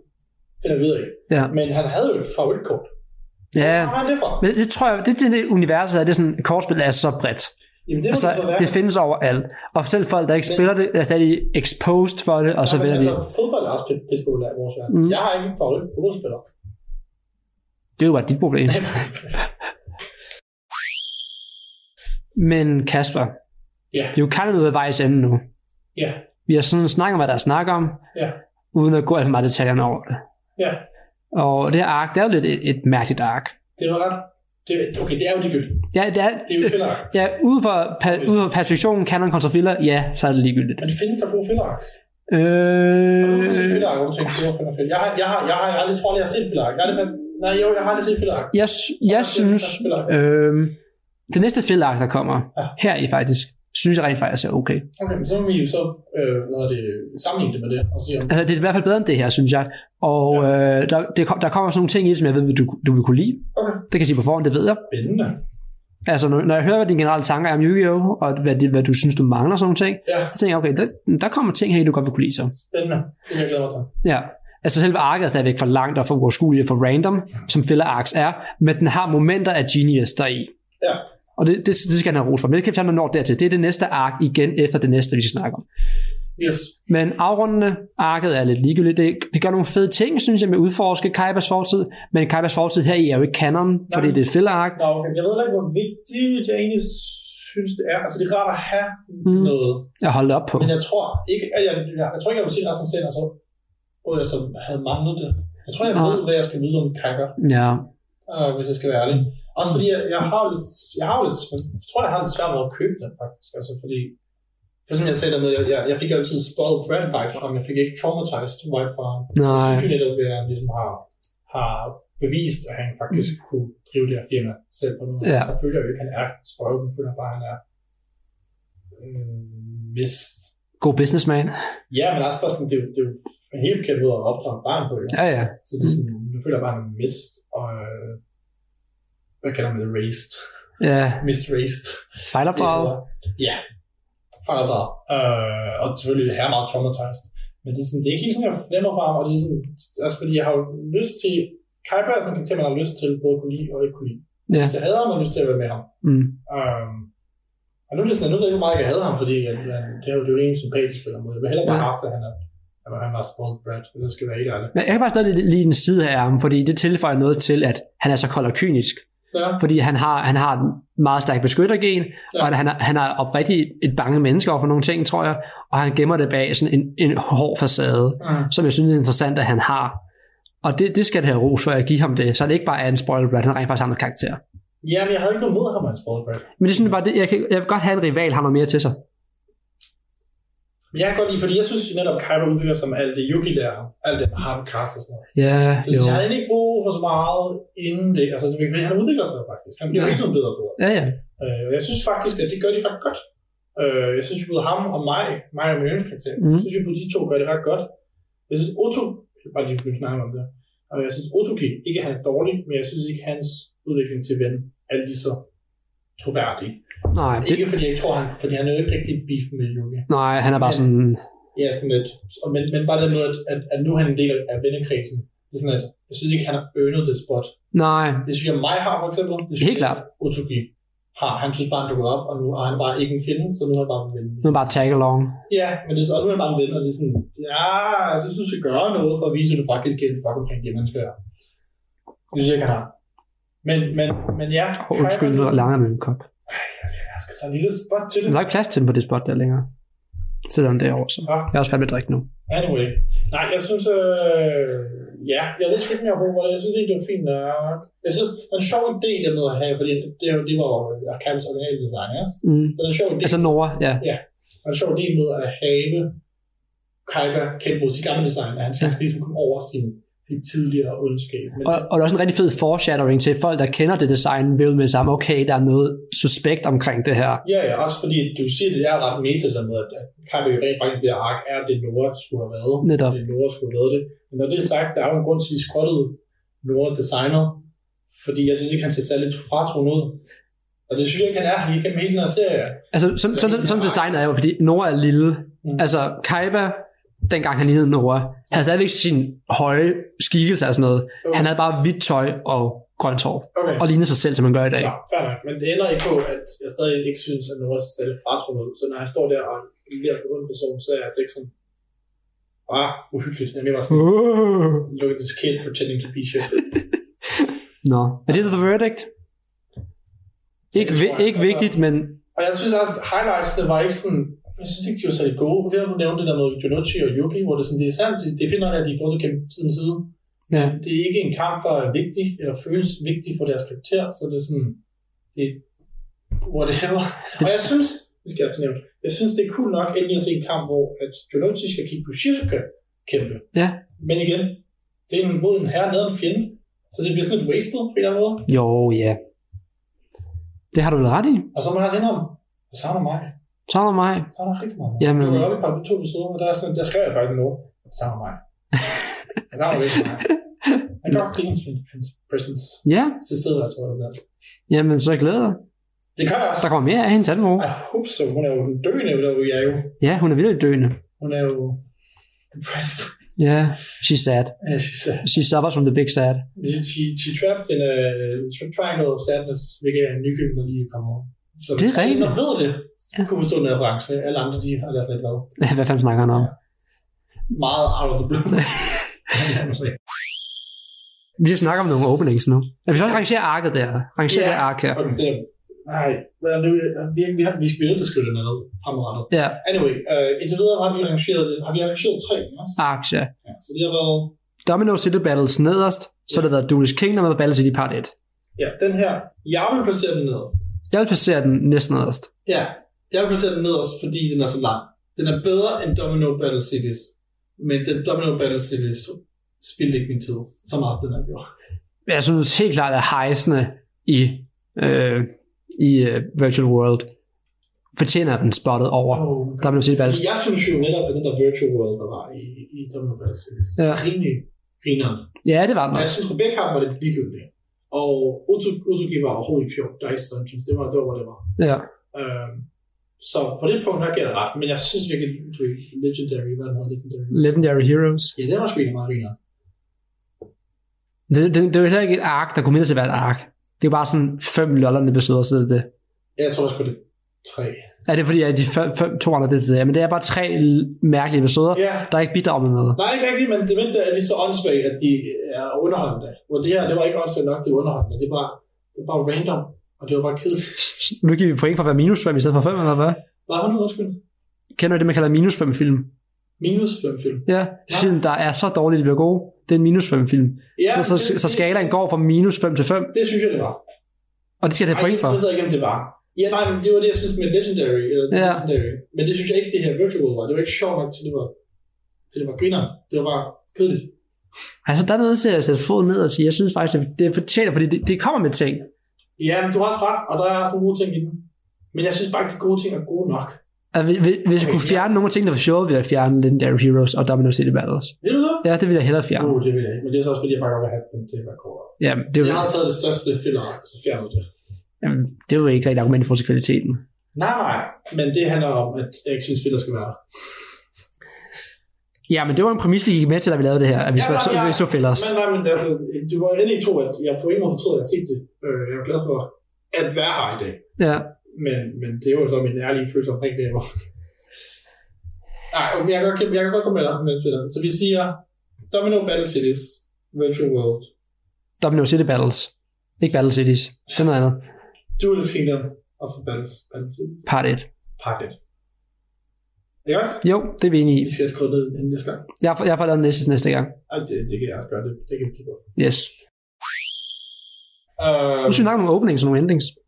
Det der ved jeg ikke.
ja,
Men han havde jo et favoritkort.
ja.
Hvor har han det fra?
Men det tror jeg, det, det, det universet er, det er sådan, kortspil er så bredt.
Jamen, det må
Altså,
det så være.
det findes overalt. Og selv folk, der ikke
Men-
spiller det, er stadig exposed for det, og så
Nej, men
vælger de.
altså, fodbold er også lidt pisse populært i vores verden.
Mm.
Mm. Jeg har ikke en favorit fodboldspiller. [laughs]
Det er jo bare dit problem. Men Kasper,
Ja.
vi er jo kind of ved vejs ende nu.
Ja,
Vi har sådan snakket om, hvad der er snak om,
ja,
uden at gå alt for meget detaljerne over det.
ja.
Og det her ark, det er jo lidt et, et mærkeligt ark.
Det var ret. Det, okay, det er jo ligegyldigt.
Ja, det er,
Det er jo filler.
ja, ude for, pa, ude for perspektiven, kanon kontra filler, ja, så er det ligegyldigt.
Men det findes der gode filler. Jeg har set
Øh,
Filark, og tænkte, det var fandme fedt. Jeg har, jeg har, jeg har, jeg har aldrig, tror aldrig, jeg har set Filark. Jeg har aldrig, nej, jo, jeg har aldrig set Filark.
jeg, sy- jeg synes, øh, det næste fedlark, der kommer
Ja.
her i faktisk, synes jeg rent faktisk er okay.
Okay, men så må vi jo så øh, hvad hedder det, sammenligne det med det, og se om...
Altså, det er i hvert fald bedre end det her, synes jeg. Og øh, der, det, kom- der kommer sådan nogle ting i det, som jeg ved, du, du vil kunne lide.
Okay.
Det kan jeg sige på forhånd, det ved jeg.
Spændende.
Altså, når, når jeg hører, hvad dine generelle tanker er om Yu-Gi-Oh! og hvad, det, hvad du synes, du mangler og sådan nogle ting,
Ja,
så tænker jeg, okay, der, der kommer ting her, i, du godt vil kunne lide så.
spændende. Det kan jeg glæde mig til.
Ja. Altså selve arket er stadigvæk for langt og for uoverskueligt og for random, som filler arcs er, men den har momenter af genius deri.
Ja.
Og det, det, det skal han have ros for. Men det kan vi fjerne, når dertil. Det er det næste ark igen efter det næste, vi skal snakke om.
Yes.
Men afrundende arket er lidt ligegyldigt. Det, det gør nogle fede ting, synes jeg, med at udforske Kaibas fortid. Men Kaibas fortid her i er jo ikke canon, fordi det er et filler-ark.
Nå, okay. Jeg ved heller ikke, hvor vigtigt jeg egentlig synes, det er. Altså, det er rart at have
Mm.
noget,
Jeg holder op på.
men jeg tror ikke, at jeg, jeg, jeg tror ikke, jeg vil se resten af serien, og så både jeg så havde manglet det. Jeg tror, jeg
Nej.
ved, hvad jeg skal vide om Kakker,
Ja.
øh, hvis jeg skal være ærlig. Også fordi, jeg, jeg har lidt, jeg har lidt, svæ- jeg tror, jeg har lidt svært ved at købe den, faktisk. Altså, fordi, for som jeg sagde dernede, jeg, jeg, jeg fik jo altid spoiled Brad Bike fra ham, jeg fik ikke traumatized White fra ham.
Nej.
Jeg synes jo netop, at han ligesom har, har bevist, at han faktisk kunne drive det her firma selv på noget.
Mm. Ja.
Så føler jeg jo ikke, at han er spoiled, men føler bare, at han er mm, mist.
God businessman.
Ja, men også bare sådan, det er jo, det er jo en helt forkert måde at opdrage et barn på. Ja.
Ja, ja.
Så det er sådan, nu føler jeg bare, at han er mist, og øh, hvad kalder man det, raised? [laughs]
Ja.
Misraced.
Fejlopdraget.
Ja, fejlopdraget. Øh, og selvfølgelig er jeg meget traumatized. Men det er, sådan, det er ikke helt sådan, jeg fornemmer bare, og det er sådan, altså fordi jeg har jo lyst til, Kaiba er sådan en karakter, man har lyst til både at kunne lide og ikke kunne lide.
Ja.
Hvis jeg hader ham, har jeg lyst til at være med ham.
Mm.
Øh, og nu er det sådan, nu ved jeg ikke, hvor meget jeg hader ham, fordi at, at det er jo det er jo en sympatisk spiller mod. Jeg vil hellere bare
Ja.
have haft, at han er, at han var spoiled brat, hvis jeg skal være helt ærlig.
Men jeg kan faktisk bedre lide, lide den side her af ham, fordi det tilføjer noget til, at han er så kold og kynisk.
Ja,
Fordi han har, han har en meget stærk beskyttergen,
Ja.
ja. og han er, han er oprigtigt et bange menneske over for nogle ting, tror jeg, og han gemmer det bag sådan en, en hård facade,
mm.
som jeg synes er interessant, at han har. Og det, det skal det have ros for at give ham det, så det ikke bare er en spoiler brat, han rent faktisk har noget karakter.
ja men jeg havde ikke noget mod ham, at han spoiled brat.
Men det synes jeg bare, det, jeg, kan, jeg vil godt have en rival, har noget mere til sig.
Men jeg kan godt lide, fordi jeg synes jo netop, at Kaiba udvikler som alt det Yuki lærer ham. Alt det, har en karakter og sådan noget.
Ja,
Så jeg havde egentlig ikke brug for så meget inden det. Altså, det er fordi, han udvikler sig faktisk. Han bliver
Ja.
ikke sådan bedre og bedre.
Ja, ja.
Øh, og jeg synes faktisk, at det gør de ret godt. Øh, jeg synes jo, både ham og mig, mig og min yndlingskarakter, mm.
Mm.
jeg synes jo, både de to gør det ret godt. Jeg synes, Otto, bare lige vi snakker om det, og jeg synes, Otoki, ikke at han er dårlig, men jeg synes ikke, hans udvikling til ven er lige så troværdig.
Nej, det,
Ikke fordi jeg ikke tror, han, fordi han er jo ikke rigtig beef med Yuki.
nej, han er bare sådan...
Ja, sådan lidt. Og men, men bare den måde, at, at, at nu er han en del af vennekredsen. Det er sådan, at jeg synes ikke, han har earned det spot.
Nej,
Det synes jeg, mig har for eksempel. Det synes
Helt
jeg,
klart.
Otogi har. Han synes bare, han dukker op, og nu er han bare ikke en fjende, så nu er han bare en ven.
nu er bare tag along.
Ja, men det, er så- og nu er han bare en ven, og det er sådan, ja, altså, jeg synes, du skal gøre noget for at vise, at du faktisk kan fuck omkring det, man skal gøre. Det synes jeg ikke, han har. Men, men, men ja.
Åh, Undskyld, nu langer jeg med en kop.
Jeg skal tage en lille spot til
Men
det.
der er ikke plads til den på det spot der længere. Selvom det er over, så.
Ja.
Jeg er også færdig med at drikke nu.
Anyway. Nej, jeg synes, øh, ja, jeg ved sgu ikke, om jeg har brug for det. Jeg synes ikke, det var fint nok. Jeg synes, det var en sjov idé, den med at have, fordi det, det var jo Arkansas originale design, ikke? også?
Mm.
Det var en sjov idé.
Altså Nora, ja.
Det var en sjov idé med at have Kaiba kendt mod sit gamle design, at han ja. ligesom kom over sin, sin tidligere ondskab. Men,
Og, og der er også en rigtig fed foreshadowing til folk, der kender det design, ved med sammen, okay, der er noget suspekt omkring det her.
ja, ja, også fordi du siger, det er ret meta, det der med, at at Kaiba jo rent faktisk det her ark er det, Nora skulle have været.
Netop.
Det er Nora skulle have lavet det. Men når det er sagt, der er jo en grund til, at I skrottede Nora designer, fordi jeg synes ikke, han ser særlig fratron ud. Og det synes jeg ikke, han er igennem hele den her serie.
Altså, som, som, som design er jo, fordi Nora er lille.
Mm.
Altså, Kaiba, dengang han lignede Nora, havde stadigvæk sin høje skikkelse og sådan noget. Han havde bare hvidt tøj og grønt hår,
Okay.
og lignede sig selv, som man gør i dag.
Ja, fair nok. Men det ender ikke på, at jeg stadig ikke synes, at Nora ser særlig fratron ud. Så når han står der og er ved at få en person, så er jeg altså ikke sådan, ah, uhyggeligt. Jeg er mere bare sådan,
Uh.
look at this kid pretending to be shit.
Nå, er det the verdict? Ikke,
det tror
vi,
jeg.
ikke vigtigt, men
Og jeg synes også, highlightsene var ikke sådan, jeg synes ikke, de var særlig gode. Det, du nævnte det der med Junuchi og Yuki, hvor det, er sådan, det er sandt, det, det er fint nok, at de både kæmpe side om side.
ja.
Det er ikke en kamp, der er vigtig, eller føles vigtig for deres karakter, så det er sådan, det, whatever. Og jeg synes, Det skal jeg også nævne. Jeg synes, det er cool nok endelig at se en kamp, hvor at Jolochi skal kigge på Shizuka kæmpe.
Ja.
Men igen, det er en, mod en herre nede en fjende, så det bliver sådan lidt wasted på en eller anden måde.
Jo, ja. Det har du vel ret i.
Og så må jeg også indrømme, jeg savner mig.
Savner mig.
Jeg savner rigtig meget.
Jamen.
Du var oppe i par to episoder, og der, er sådan, der skrev jeg faktisk noget. Jeg savner mig. Jeg savner rigtig mig. Jeg kan godt grine til hans presence.
Ja,
Til stedet, jeg tror, det der.
jamen så glæder jeg.
Det kan jeg også.
Der kommer mere af hende til den
Jeg håber så. Hun er jo den døende, der er jeg jo.
Ja, hun er virkelig døende.
Hun er jo depressed.
Ja, she's sad.
As she said.
She suffers from the big sad. [laughs]
She, she trapped in a tri- triangle of sadness, hvilket er en ny film, der lige kommer over. Så
Det er rigtigt.
Når ved det,
Ja.
ja. kunne forstå den reference. Alle andre, de har lært lidt hvad.
Hvad fanden snakker han om?
Meget out of the
[laughs]
blue.
Vi skal snakke om nogle openings nu. Ja, vi skal også rangere arket der. Rangere
Ja.
det ark her.
Fuck, det er, nej, hvad er det, vi, vi, har, vi skal blive nødt til at skrive den her ned fremadrettet.
Ja,
Anyway, uh, indtil videre har vi arrangeret, har vi arrangeret tre, ikke også?
ark, ja.
Ja, så det har været
Domino City Battles nederst, så har det været Duelist Kingdom og Battle City Part 1.
Ja, den her. Jeg vil placere den nederst.
Jeg vil placere den næsten nederst.
Ja, jeg vil placere den nederst, fordi den er så lang. Den er bedre end Domino Battle Cities. Men den Domino Battle Cities spildte ikke min tid, så meget den er gjort.
Jeg synes helt klart, at hejsene i, øh, i uh, Virtual World fortjener den spottet over.
Oh,
Domino City Battles.
jeg synes jo netop, at den der virtual world, der var i, i Domino Battle Cities,
Ja.
ja. rimelig finere.
Ja, det var den
Og jeg
også.
synes, at begge kampe var lidt ligegyldige. Og Utu- Utsuki var overhovedet ikke sjov. Der er ikke sådan, det var, det var, hvor det var.
Ja.
Øhm, så på det punkt, der gav jeg ret. Men jeg synes virkelig, at Legendary, hvad hedder Legendary?
Legendary Heroes.
Ja, det var sgu egentlig meget finere.
Det, det, det er jo heller ikke et ark, der kunne mindre til at være et ark. Det er bare sådan fem lollerne episoder, så det er det.
Jeg tror sgu, det er tre.
Er det fordi, at de fem, fem, to andre det er det? Men det er bare tre l- mærkelige episoder,
Ja.
der ikke bidrager med noget.
Nej, ikke rigtigt, men det mindste er lige så åndssvagt, at de øh, er underholdende. Hvor det her, det var ikke åndssvagt nok, det var underholdende. Det var, det var random, og det var bare kedeligt.
Nu giver vi point for at være minus 5 i stedet for 5, eller hvad?
Hvad har du undskyld?
Kender du det, man kalder minus 5 film?
Minus fem film.
Ja, film, der er så dårlige, de bliver gode. Det er en minus 5 film.
Ja,
Så, så,
det-
så skalaen går fra minus 5 til 5,
Det synes jeg, det var.
og det skal det have point for.
Ej, jeg ved ikke, om det var. Ja, nej, men det var det, jeg synes med Legendary. Eller
Ja.
ja. Legendary. Men det synes jeg ikke, det her Virtual var. Det var ikke sjovt nok, til det var, til det var griner. Det var bare kedeligt.
Altså, der er noget til at sætte fod ned og sige, jeg synes faktisk, at det fortjener, fordi det, det kommer med ting.
Ja, men du har også ret, og der er også nogle gode ting i den. Men jeg synes bare ikke, de gode ting er gode nok.
At Altså, hvis, hvis- hvis jeg kunne fjerne nogle af tingene fra showet, ville jeg fjerne Legendary Heroes og Domino City Battles.
Ved du så?
Ja, det ville jeg hellere
Ja.
fjerne.
Uh, det vil jeg ikke, men det er så også fordi, jeg bare godt vil have den til at være kortere.
Mm. Ja, det er jo,
Jeg har taget det største fillerark, så fjernet det.
jamen, det er jo ikke rigtig argument for til kvaliteten.
Nej, nej, men det handler om, at jeg ikke synes, filler skal være der.
Ja, men det var en præmis, vi gik med til, da vi lavede det her, at vi,
Ja,
så,
ja,
så,
ja.
vi så fællers.
Men nej, men altså, du var inde i to, at jeg på ingen måde fortrød, at jeg set det. Øh, Jeg er glad for at være her i dag.
Ja.
Men, men det er jo så min ærlige følelse omkring det her. Nej, men jeg kan, godt- jeg kan godt gå med dig, med filler. Så vi siger, Domino Battle Cities, Virtual World,
Domino City Battles. Ikke Battle Cities. Det er noget andet.
Duelist Kingdom, og så Battle, Battle Cities.
Part 1.
Pakket. Ikke også?
Jo, det er vi enige i.
Vi skal have skrevet ned inden næste gang.
Jeg får, jeg får lavet næste næste gang.
Ej, det, det kan jeg også gøre. Det, det kan vi kigge på.
Yes.
Øh,
Nu skal vi snakke om nogle openings og nogle endings.
Øhm,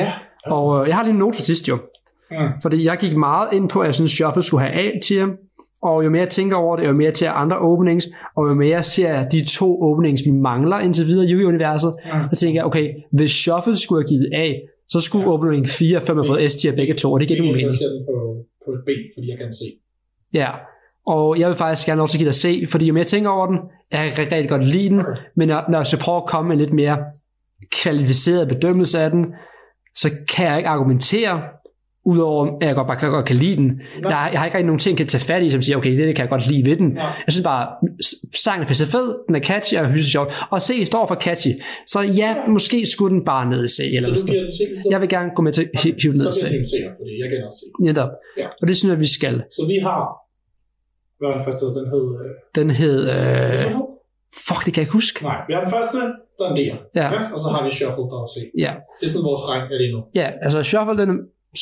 ja.
Og øh, jeg har lige en note fra sidst jo.
Mm.
Fordi jeg gik meget ind på, at jeg synes, shoppet skulle have A-tier. Og jo mere jeg tænker over det, jo mere jeg ser andre openings, og jo mere jeg ser de to openings, vi mangler indtil videre i Yu-Gi-Universet,
Mm.
så tænker jeg, okay, hvis Shuffle skulle have givet A, så skulle ja. opening 4 og 5 have fået S-tier begge to, og det giver ikke nogen
Jeg
mening.
placerer den på, på et ben, fordi jeg kan se.
Ja, og jeg vil faktisk gerne have lov til at give dig C, fordi jo mere jeg tænker over den, jeg kan rigtig, rigtig godt lide den,
Okay.
men når, når jeg så prøver at komme med en lidt mere kvalificeret bedømmelse af den, så kan jeg ikke argumentere, udover at jeg godt bare kan, godt kan lide den.
Nå.
Jeg, har- jeg har ikke rigtig nogen ting, jeg kan tage fat i, som siger, okay, det, det kan jeg godt lide ved den.
Ja.
Jeg synes bare, s- sangen er pisse fed, den er catchy og hyser sjovt. Og C står for catchy. Så ja, måske skulle den bare ned i C.
Så
Eller
du
hvis
giver den se, så,
Jeg vil gerne gå med til at hive den ned
så
i
bliver
C.
den se, fordi jeg kan også se.
Netop.
Ja.
Og det synes jeg, vi skal.
Så vi har, hvad var den første, den hed? Øh,
Den hed... Øh...
Shuffle?
Fuck, det kan jeg ikke huske.
Nej, vi har den første, der er en D'er.
Ja.
Og så har vi Shuffle, der er C.
Ja,
Det er sådan vores række lige nu.
ja altså Shuffle, den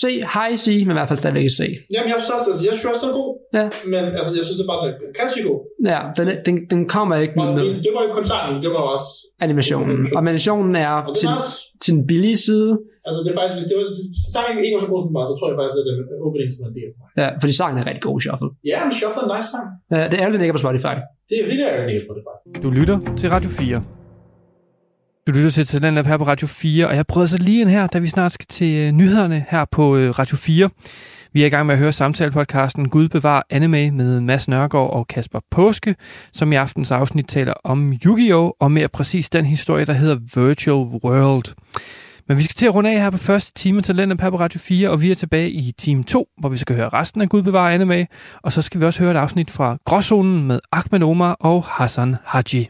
C, high C, men i hvert fald stadigvæk et C.
Jamen, jeg synes også, altså, jeg synes også, den er god.
Ja.
Men altså, jeg synes, det er bare, den er catchy god.
Ja, den, er- den, den kommer ikke
Og
med
det,
noget
det var jo kun sangen, det var også...
animationen. Og animationen er
Og det
til,
er også...
til den billige side.
Altså, det er faktisk, hvis det var, sangen ikke var så god som den var, så tror jeg faktisk, at den opening som er det.
Ja, fordi sangen er rigtig god i Shuffle.
Ja, men Shuffle er en nice sang.
Øh, det er ærgerligt, den ikke er på Spotify.
Det er virkelig ærgerligt på det bare.
Du lytter til Radio 4. Du lytter til Talentlab her på Radio 4, og jeg prøvede så lige en her, da vi snart skal til øh, nyhederne her på øh, Radio 4. Vi er i gang med at høre samtalepodcasten Gud bevar anime med Mads Nørgaard og Kasper Påske, som i aftens afsnit taler om Yu-Gi-Oh! og mere præcis den historie, der hedder Virtual World. Men vi skal til at runde af her på første time til Lennep her på Radio 4, og vi er tilbage i time 2, hvor vi skal høre resten af Gud bevarer anime, og så skal vi også høre et afsnit fra Gråzonen med Ahmed Omar og Hassan Haji.